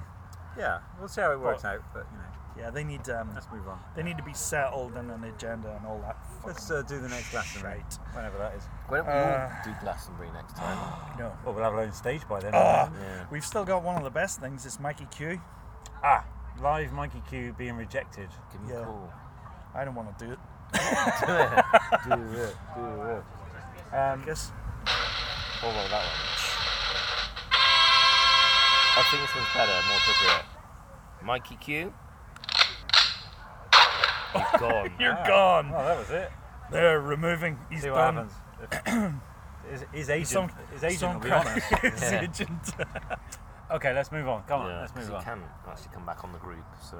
[SPEAKER 2] Yeah, we'll see how it works out, but you know,
[SPEAKER 1] Yeah, they need um,
[SPEAKER 2] let's move on.
[SPEAKER 1] they need to be settled and an agenda and all that. fucking
[SPEAKER 2] Let's uh, do the next Glastonbury,
[SPEAKER 1] shite.
[SPEAKER 2] whenever that is.
[SPEAKER 3] Why don't we
[SPEAKER 1] Uh,
[SPEAKER 3] all do Glastonbury next time?
[SPEAKER 1] No.
[SPEAKER 2] Well, we'll have our own stage by then.
[SPEAKER 1] Ah.
[SPEAKER 3] yeah.
[SPEAKER 1] We've still got one of the best things. It's Mikey Q.
[SPEAKER 2] ah, live Mikey Q being rejected.
[SPEAKER 3] Give me
[SPEAKER 1] Yeah.
[SPEAKER 3] a call.
[SPEAKER 1] I don't want to do it.
[SPEAKER 3] Do it.
[SPEAKER 2] do it, do it.
[SPEAKER 1] I guess.
[SPEAKER 3] Hold on, that one. I think this one's better, more appropriate. Mikey Q. He's gone.
[SPEAKER 1] You're
[SPEAKER 2] Ah.
[SPEAKER 1] gone.
[SPEAKER 2] Oh, that was it.
[SPEAKER 1] They're removing. He's
[SPEAKER 2] see what
[SPEAKER 1] done.
[SPEAKER 2] happens. If- his, his agent,
[SPEAKER 1] Some-
[SPEAKER 2] his agent
[SPEAKER 1] some
[SPEAKER 2] will be
[SPEAKER 1] crack-
[SPEAKER 2] on us.
[SPEAKER 1] his
[SPEAKER 3] Yeah.
[SPEAKER 1] agent.
[SPEAKER 2] Okay, let's move on. Come on,
[SPEAKER 3] Yeah,
[SPEAKER 2] let's
[SPEAKER 3] 'cause
[SPEAKER 2] move
[SPEAKER 3] he
[SPEAKER 2] on.
[SPEAKER 3] can actually come back on the group, so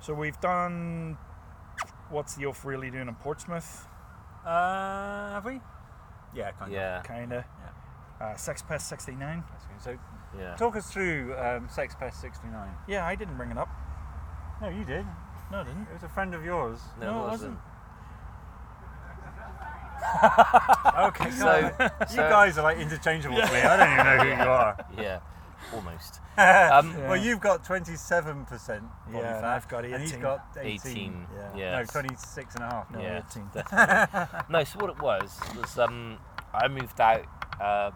[SPEAKER 1] So we've done. What's the off really doing in Portsmouth?
[SPEAKER 2] Uh, have we? Yeah, kind
[SPEAKER 3] yeah,
[SPEAKER 1] Kinda. Uh, Sex Pest 69.
[SPEAKER 2] of. So,
[SPEAKER 3] yeah.
[SPEAKER 2] talk us through um, Sex Pest 69.
[SPEAKER 1] Yeah, I didn't bring it up.
[SPEAKER 2] No, you did.
[SPEAKER 1] No, I didn't.
[SPEAKER 2] It was a friend of yours.
[SPEAKER 1] No, it
[SPEAKER 2] Okay,
[SPEAKER 3] So,
[SPEAKER 2] you
[SPEAKER 3] so-
[SPEAKER 2] guys are like interchangeable to me. I don't even know who you are.
[SPEAKER 3] yeah, almost.
[SPEAKER 2] um,
[SPEAKER 1] Yeah.
[SPEAKER 2] Well, you've got 27% body
[SPEAKER 1] Yeah, and
[SPEAKER 2] fat.
[SPEAKER 1] I've got
[SPEAKER 2] And he's
[SPEAKER 1] 18.
[SPEAKER 2] got 18.
[SPEAKER 3] 18.
[SPEAKER 1] yeah.
[SPEAKER 2] No,
[SPEAKER 3] yes.
[SPEAKER 2] 26 and a half.
[SPEAKER 1] No,
[SPEAKER 3] Yeah.
[SPEAKER 1] 18.
[SPEAKER 3] No, so what it was was um, I moved out uh,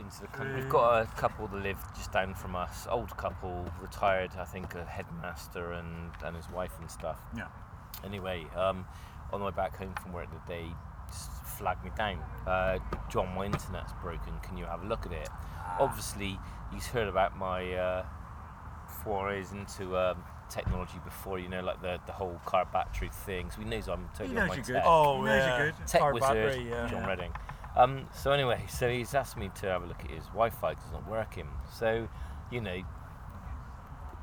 [SPEAKER 3] into the country. We've got a couple that live just down from us, old couple, retired, I think, a headmaster and, and his wife and stuff.
[SPEAKER 2] Yeah.
[SPEAKER 3] Anyway, um, on the way back home from work today, just flagged me down. Uh, John, my internet's broken. Can you have a look at it?
[SPEAKER 2] Ah.
[SPEAKER 3] Obviously, he's heard about my uh, forays into. Um, technology before you know like the the whole car battery thing so he knows i'm totally
[SPEAKER 2] He
[SPEAKER 3] on
[SPEAKER 2] knows
[SPEAKER 3] my
[SPEAKER 2] you're good.
[SPEAKER 3] tech.
[SPEAKER 1] Oh,
[SPEAKER 2] Those are
[SPEAKER 1] yeah.
[SPEAKER 2] good.
[SPEAKER 3] Tech
[SPEAKER 1] Our
[SPEAKER 3] Wizard,
[SPEAKER 1] battery, yeah.
[SPEAKER 3] John
[SPEAKER 2] Yeah.
[SPEAKER 3] Redding. Um, so anyway, so he's asked me to have a look at his Wi-Fi because it's not working. So, you know,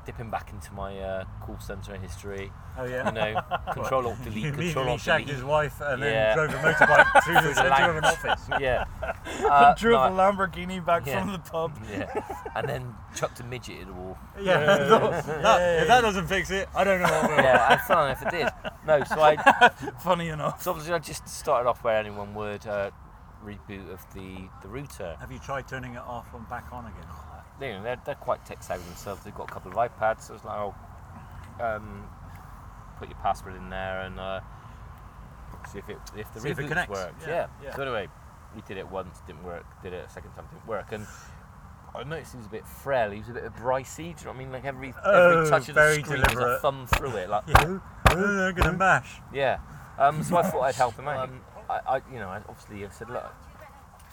[SPEAKER 3] dipping back into my uh, call center history,
[SPEAKER 2] Oh, yeah.
[SPEAKER 3] you know, Control Alt
[SPEAKER 2] He
[SPEAKER 3] Delete, Control
[SPEAKER 2] immediately
[SPEAKER 3] Alt
[SPEAKER 2] shagged his
[SPEAKER 3] Delete.
[SPEAKER 2] wife and then
[SPEAKER 3] Yeah.
[SPEAKER 2] drove a motorbike through the centre of an
[SPEAKER 3] lounge.
[SPEAKER 2] office.
[SPEAKER 3] Yeah. Uh,
[SPEAKER 1] Drove
[SPEAKER 3] no,
[SPEAKER 1] a Lamborghini back
[SPEAKER 3] Yeah.
[SPEAKER 1] from the pub.
[SPEAKER 3] yeah. And then chucked a midget at the wall.
[SPEAKER 2] Yeah. that, if that doesn't fix it, I don't know what will.
[SPEAKER 3] Yeah, I don't know if it did. No, so I
[SPEAKER 1] Funny enough.
[SPEAKER 3] so obviously I just started off where anyone would uh, reboot of the the router.
[SPEAKER 2] Have you tried turning it off and back on again?
[SPEAKER 3] you know, they're, they're quite tech savvy themselves. They've got a couple of iPads, so it's like, oh, um, put your password in there and uh, see if it if the
[SPEAKER 2] See if it
[SPEAKER 3] reboot
[SPEAKER 2] connects.
[SPEAKER 3] works.
[SPEAKER 2] Yeah,
[SPEAKER 3] Yeah.
[SPEAKER 2] yeah.
[SPEAKER 3] So anyway, we did it once, didn't work. Did it a second time, didn't work. And I noticed he was a bit frail. He was a bit bricey. Do you know what I mean? Like every
[SPEAKER 2] Oh,
[SPEAKER 3] every touch of
[SPEAKER 2] very
[SPEAKER 3] the screen was
[SPEAKER 2] deliberate.
[SPEAKER 3] a thumb through it. Like
[SPEAKER 2] Yeah. I'm going to mash.
[SPEAKER 3] yeah. Um, so I thought I'd help him out. Um, I, I, you know, I obviously I said, look.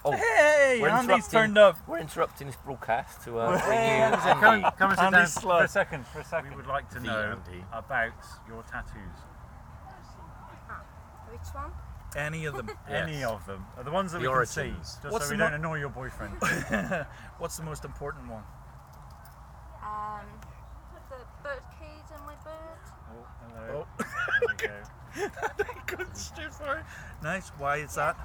[SPEAKER 3] Oh,
[SPEAKER 1] Hey,
[SPEAKER 3] we're
[SPEAKER 1] Andy's
[SPEAKER 3] interrupting,
[SPEAKER 1] turned up.
[SPEAKER 3] We're interrupting this broadcast to uh, bring you Andy.
[SPEAKER 2] Come, come and sit
[SPEAKER 1] Andy
[SPEAKER 2] down
[SPEAKER 1] Slug.
[SPEAKER 2] for a second. For a second, we would like to
[SPEAKER 3] The know Andy.
[SPEAKER 2] about your tattoos.
[SPEAKER 8] Which one?
[SPEAKER 1] Any of them.
[SPEAKER 2] Any of them, the ones that
[SPEAKER 3] The
[SPEAKER 2] we can
[SPEAKER 3] origins.
[SPEAKER 2] see, just
[SPEAKER 1] What's
[SPEAKER 2] so we
[SPEAKER 1] the
[SPEAKER 2] don't
[SPEAKER 1] mo- Oh.
[SPEAKER 2] annoy your boyfriend.
[SPEAKER 1] What's the most important one?
[SPEAKER 8] Um, the bird cage and my bird.
[SPEAKER 2] Oh, hello.
[SPEAKER 1] Oh.
[SPEAKER 2] There we go.
[SPEAKER 1] Good shit for it. Nice. Why is that?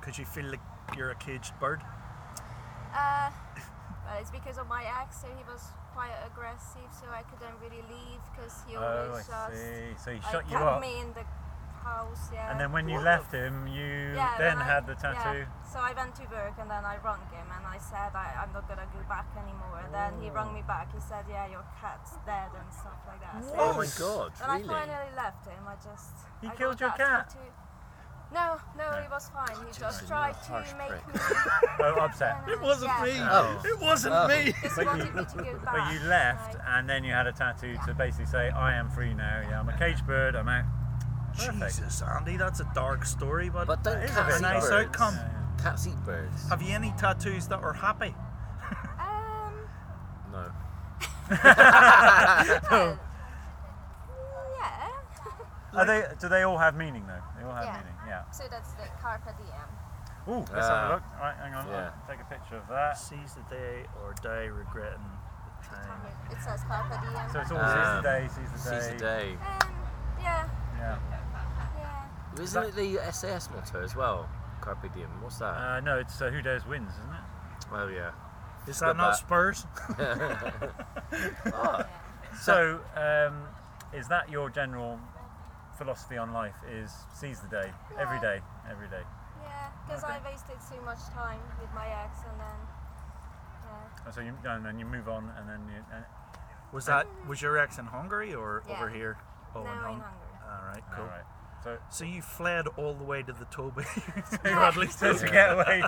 [SPEAKER 1] Because you feel like you're a caged bird.
[SPEAKER 8] Uh, well, it's because of my ex, so he was quite aggressive, so I couldn't really leave because he
[SPEAKER 2] Oh, I
[SPEAKER 8] always just
[SPEAKER 2] see. So he
[SPEAKER 8] like,
[SPEAKER 2] shut you
[SPEAKER 8] kept
[SPEAKER 2] up,
[SPEAKER 8] me in the house. Yeah.
[SPEAKER 2] and then when you left him, you
[SPEAKER 8] yeah,
[SPEAKER 2] then
[SPEAKER 8] I-
[SPEAKER 2] had the
[SPEAKER 8] yeah,
[SPEAKER 2] tattoo.
[SPEAKER 8] So I went to work and then I rang him and I said I, I'm not gonna go back anymore. And then he rang
[SPEAKER 2] Oh.
[SPEAKER 8] me back. He said, "Yeah, your cat's dead and stuff like that." So
[SPEAKER 3] Oh my god,
[SPEAKER 8] And
[SPEAKER 3] really?
[SPEAKER 8] I finally left him. I just.
[SPEAKER 2] He
[SPEAKER 8] I got
[SPEAKER 2] killed your
[SPEAKER 8] that
[SPEAKER 2] cat?
[SPEAKER 8] tattoo. No, no, he was fine. He just
[SPEAKER 3] you're
[SPEAKER 8] tried
[SPEAKER 3] a harsh
[SPEAKER 8] to make
[SPEAKER 3] prick.
[SPEAKER 8] me.
[SPEAKER 2] Oh, upset.
[SPEAKER 8] It wasn't me.
[SPEAKER 1] It wasn't me.
[SPEAKER 8] Just
[SPEAKER 2] But
[SPEAKER 8] wanted
[SPEAKER 2] you-
[SPEAKER 8] me to go back.
[SPEAKER 2] But you left,
[SPEAKER 8] "Ah, like-
[SPEAKER 2] and then you had a tattoo to basically say, "I am free now. Yeah, I'm a caged bird. I'm out." Perfect.
[SPEAKER 1] Jesus, Andy, that's a dark story, but,
[SPEAKER 3] But don't
[SPEAKER 1] it is a
[SPEAKER 3] cats
[SPEAKER 1] bit
[SPEAKER 3] eat
[SPEAKER 1] nice
[SPEAKER 3] birds?
[SPEAKER 1] outcome.
[SPEAKER 3] Cats eat birds.
[SPEAKER 1] Have you any tattoos that are happy?
[SPEAKER 8] um.
[SPEAKER 3] No.
[SPEAKER 2] Oh.
[SPEAKER 8] well, yeah.
[SPEAKER 2] Are they? Do they all have meaning though? They all have
[SPEAKER 8] Yeah.
[SPEAKER 2] meaning. Yeah.
[SPEAKER 8] So that's the carpe diem.
[SPEAKER 2] Ooh, let's
[SPEAKER 1] Uh,
[SPEAKER 2] have
[SPEAKER 3] Ah.
[SPEAKER 2] a look. All right, hang on.
[SPEAKER 3] Yeah.
[SPEAKER 2] I'll take a picture of that.
[SPEAKER 1] Seize the day or die regretting the time.
[SPEAKER 8] It says Carpe Diem.
[SPEAKER 2] So it's
[SPEAKER 1] Um,
[SPEAKER 2] all
[SPEAKER 3] Ah.
[SPEAKER 2] seize the day, seize the day.
[SPEAKER 3] Seize the day.
[SPEAKER 8] Um, yeah,
[SPEAKER 2] Yeah.
[SPEAKER 8] yeah.
[SPEAKER 3] Isn't it the SAS motto as well? Carpe diem. What's that?
[SPEAKER 2] Uh, no, it's uh, Who Dares Wins, isn't it?
[SPEAKER 3] oh yeah.
[SPEAKER 1] Is
[SPEAKER 3] got
[SPEAKER 1] that not
[SPEAKER 3] that.
[SPEAKER 1] Spurs?
[SPEAKER 2] So, um, is that your general philosophy on life? Is seize the day, every day, every day.
[SPEAKER 8] Yeah, because I wasted too much time with my ex, and then yeah,
[SPEAKER 2] And so you, and then you move on, and then you, and,
[SPEAKER 1] Was that was your ex in Hungary or
[SPEAKER 8] Yeah.
[SPEAKER 1] over here? Oh,
[SPEAKER 8] now in
[SPEAKER 1] Hung-
[SPEAKER 8] Hungary.
[SPEAKER 1] All right, cool.
[SPEAKER 2] all right. So
[SPEAKER 1] So you fled all the way to the Toby at least to get away.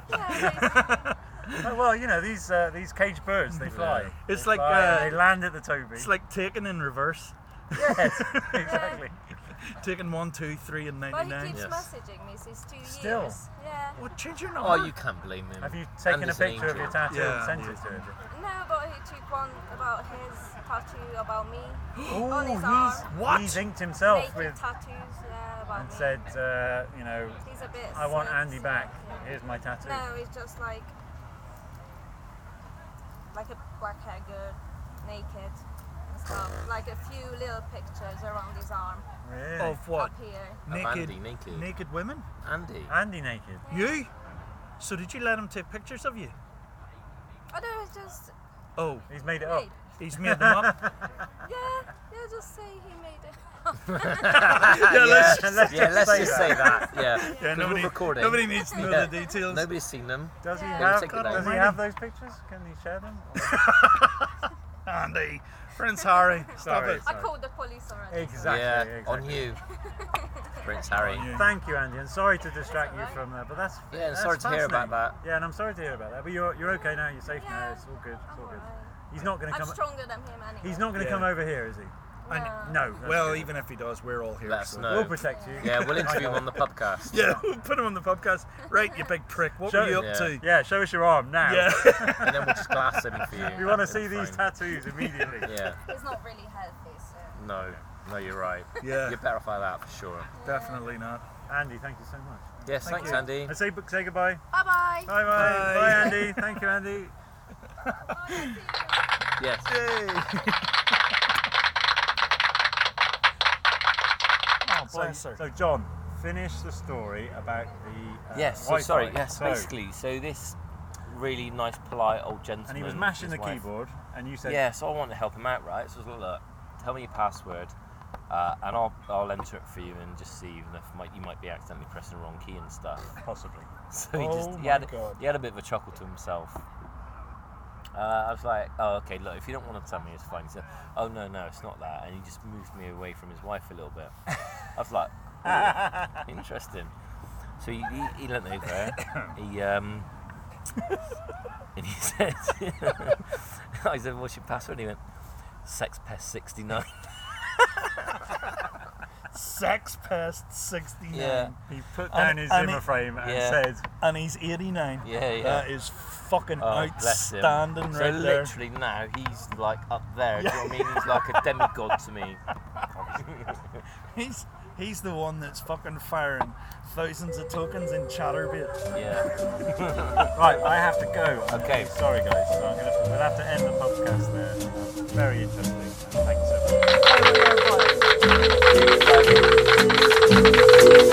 [SPEAKER 8] Yeah,
[SPEAKER 2] oh, well, you know these uh, these caged birds, they fly.
[SPEAKER 1] It's
[SPEAKER 2] They
[SPEAKER 1] like,
[SPEAKER 2] fly and
[SPEAKER 1] uh,
[SPEAKER 2] they land at the Toby.
[SPEAKER 1] It's like taking in reverse,
[SPEAKER 2] yes, exactly.
[SPEAKER 1] taking one, two, three, and
[SPEAKER 8] but
[SPEAKER 1] ninety
[SPEAKER 8] he
[SPEAKER 1] nine.
[SPEAKER 8] keeps
[SPEAKER 3] Yes.
[SPEAKER 8] messaging me since two
[SPEAKER 2] Still.
[SPEAKER 8] years. Yeah,
[SPEAKER 1] What change your number?
[SPEAKER 3] Oh, you can't blame him.
[SPEAKER 2] Have you taken a
[SPEAKER 3] Anderson
[SPEAKER 2] picture of your
[SPEAKER 3] Angel.
[SPEAKER 2] tattoo
[SPEAKER 1] Yeah,
[SPEAKER 2] and sent
[SPEAKER 1] yeah.
[SPEAKER 2] it to him?
[SPEAKER 8] no, but he took one about his tattoo about me on his
[SPEAKER 2] Oh,
[SPEAKER 8] arm,
[SPEAKER 2] he's
[SPEAKER 1] What?
[SPEAKER 2] he's inked himself
[SPEAKER 8] naked
[SPEAKER 2] with
[SPEAKER 8] tattoos. Yeah, about
[SPEAKER 2] and
[SPEAKER 8] me.
[SPEAKER 2] said, uh, you know,
[SPEAKER 8] He's a bit.
[SPEAKER 2] I want
[SPEAKER 8] snake,
[SPEAKER 2] Andy
[SPEAKER 8] so,
[SPEAKER 2] back.
[SPEAKER 8] yeah.
[SPEAKER 2] Here's my tattoo.
[SPEAKER 8] No, he's just like like a black hair girl, naked and stuff. Like a few little pictures around his arm
[SPEAKER 2] Really?
[SPEAKER 1] Of what?
[SPEAKER 8] up here.
[SPEAKER 1] Naked,
[SPEAKER 3] Andy, naked.
[SPEAKER 1] naked women.
[SPEAKER 3] Andy.
[SPEAKER 2] Andy naked.
[SPEAKER 1] You? So did you let him take pictures of you?
[SPEAKER 8] Oh no, it's just
[SPEAKER 1] Oh,
[SPEAKER 2] He's made it up.
[SPEAKER 8] wait.
[SPEAKER 1] he's made them up.
[SPEAKER 8] Yeah, yeah, just say he made it.
[SPEAKER 1] yeah, let's-
[SPEAKER 2] let's
[SPEAKER 3] yeah,
[SPEAKER 2] just
[SPEAKER 3] let's
[SPEAKER 2] say
[SPEAKER 3] just
[SPEAKER 2] that.
[SPEAKER 3] say that. Yeah.
[SPEAKER 1] yeah,
[SPEAKER 3] 'Cause we're
[SPEAKER 1] nobody,
[SPEAKER 3] recording.
[SPEAKER 1] nobody needs to know
[SPEAKER 3] Yeah.
[SPEAKER 1] the details.
[SPEAKER 3] Nobody's seen them.
[SPEAKER 2] Does he
[SPEAKER 8] Yeah.
[SPEAKER 2] have?
[SPEAKER 3] Take it
[SPEAKER 2] does he
[SPEAKER 3] down.
[SPEAKER 2] have those pictures? Can he share them?
[SPEAKER 1] Andy, Prince Harry, stop
[SPEAKER 2] Sorry.
[SPEAKER 1] it.
[SPEAKER 8] I called the police already.
[SPEAKER 2] exactly.
[SPEAKER 3] yeah. On
[SPEAKER 2] exactly.
[SPEAKER 3] you, Prince Harry.
[SPEAKER 2] Thank you, Andy, and sorry to distract you
[SPEAKER 8] alright.
[SPEAKER 2] from that, but that's
[SPEAKER 3] Yeah, and
[SPEAKER 2] that's
[SPEAKER 3] sorry to hear about
[SPEAKER 2] fascinating.
[SPEAKER 3] that.
[SPEAKER 2] Yeah, and I'm sorry to hear about that, but you're you're okay now. You're safe now.
[SPEAKER 8] Yeah,
[SPEAKER 2] It's all good. It's
[SPEAKER 8] I'm
[SPEAKER 2] all good.
[SPEAKER 8] alright.
[SPEAKER 2] He's not going to
[SPEAKER 8] I'm
[SPEAKER 2] come.
[SPEAKER 8] stronger than him anyway.
[SPEAKER 2] He's not going to
[SPEAKER 1] Yeah.
[SPEAKER 2] come over here, is he?
[SPEAKER 1] I-
[SPEAKER 8] No.
[SPEAKER 2] No. that's
[SPEAKER 1] Well,
[SPEAKER 2] good.
[SPEAKER 1] even if he does, we're all here.
[SPEAKER 3] Let us
[SPEAKER 1] so-
[SPEAKER 3] know.
[SPEAKER 2] we'll protect you.
[SPEAKER 3] Yeah, we'll interview him
[SPEAKER 2] I
[SPEAKER 3] on the podcast.
[SPEAKER 1] Yeah, we'll put him on the podcast. Right, you big prick. What
[SPEAKER 2] Sure.
[SPEAKER 1] were you up
[SPEAKER 3] Yeah.
[SPEAKER 1] to?
[SPEAKER 2] know. Yeah, show us your arm now.
[SPEAKER 1] Yeah.
[SPEAKER 3] And then we'll just glass him for you.
[SPEAKER 2] We want to
[SPEAKER 3] It'll
[SPEAKER 2] see
[SPEAKER 3] be
[SPEAKER 2] these
[SPEAKER 3] fine.
[SPEAKER 2] tattoos immediately.
[SPEAKER 3] Yeah.
[SPEAKER 8] He's not really healthy, so.
[SPEAKER 3] No. No, you're right.
[SPEAKER 1] Yeah.
[SPEAKER 3] You're better off like that for sure.
[SPEAKER 1] Definitely not.
[SPEAKER 2] Andy, thank you so much.
[SPEAKER 3] Yes,
[SPEAKER 1] Thank
[SPEAKER 3] thanks,
[SPEAKER 1] you.
[SPEAKER 3] Andy.
[SPEAKER 2] I say say goodbye.
[SPEAKER 8] Bye bye.
[SPEAKER 2] Bye bye.
[SPEAKER 1] Bye.
[SPEAKER 2] Bye Andy. Thank you, Andy.
[SPEAKER 3] Yes.
[SPEAKER 1] Oh,
[SPEAKER 2] So, so John, finish the story about the uh,
[SPEAKER 10] Yes, so
[SPEAKER 2] Wi-Fi.
[SPEAKER 10] sorry, yes,
[SPEAKER 2] So-
[SPEAKER 10] basically. So this really nice, polite old gentleman.
[SPEAKER 2] and he was
[SPEAKER 10] with
[SPEAKER 2] mashing the
[SPEAKER 10] his wife-
[SPEAKER 2] keyboard, and you said,
[SPEAKER 10] Yeah, so I wanted to help him out, right? So I was like, look, tell me your password, uh, and I'll, I'll enter it for you and just see even if might, you might be accidentally pressing the wrong key and stuff.
[SPEAKER 2] possibly.
[SPEAKER 10] So he just
[SPEAKER 2] Oh
[SPEAKER 10] he
[SPEAKER 2] my
[SPEAKER 10] had
[SPEAKER 2] God.
[SPEAKER 10] he had a bit of a chuckle to himself. Uh, I was like, oh, okay, look, if you don't want to tell me, it's fine. He said, oh, no, no, it's not that. And he just moved me away from his wife a little bit. I was like, "Ooh, interesting. So he, he, he leant over, he, um, and he said, I said, what's your password? And he went, Sex Pest 69.
[SPEAKER 1] Sex past 69.
[SPEAKER 10] Yeah.
[SPEAKER 2] He put down
[SPEAKER 1] And-
[SPEAKER 2] his
[SPEAKER 1] and
[SPEAKER 2] Zimmer
[SPEAKER 1] it-
[SPEAKER 2] frame and
[SPEAKER 10] yeah.
[SPEAKER 2] said,
[SPEAKER 1] And he's 89.
[SPEAKER 10] Yeah, yeah.
[SPEAKER 1] That is fucking
[SPEAKER 10] Oh, bless him.
[SPEAKER 1] outstanding
[SPEAKER 10] so
[SPEAKER 1] right there.
[SPEAKER 10] literally now he's like up there. Do you know what I mean? He's like a demigod to me.
[SPEAKER 1] He's, he's the one that's fucking firing thousands of tokens in chatterbait.
[SPEAKER 10] Yeah.
[SPEAKER 2] "Right, I have to go." I'm
[SPEAKER 10] Okay.
[SPEAKER 2] really sorry, guys. So I'm gonna, we'll have to end the podcast there. Very interesting. Thanks so much.
[SPEAKER 10] Bye.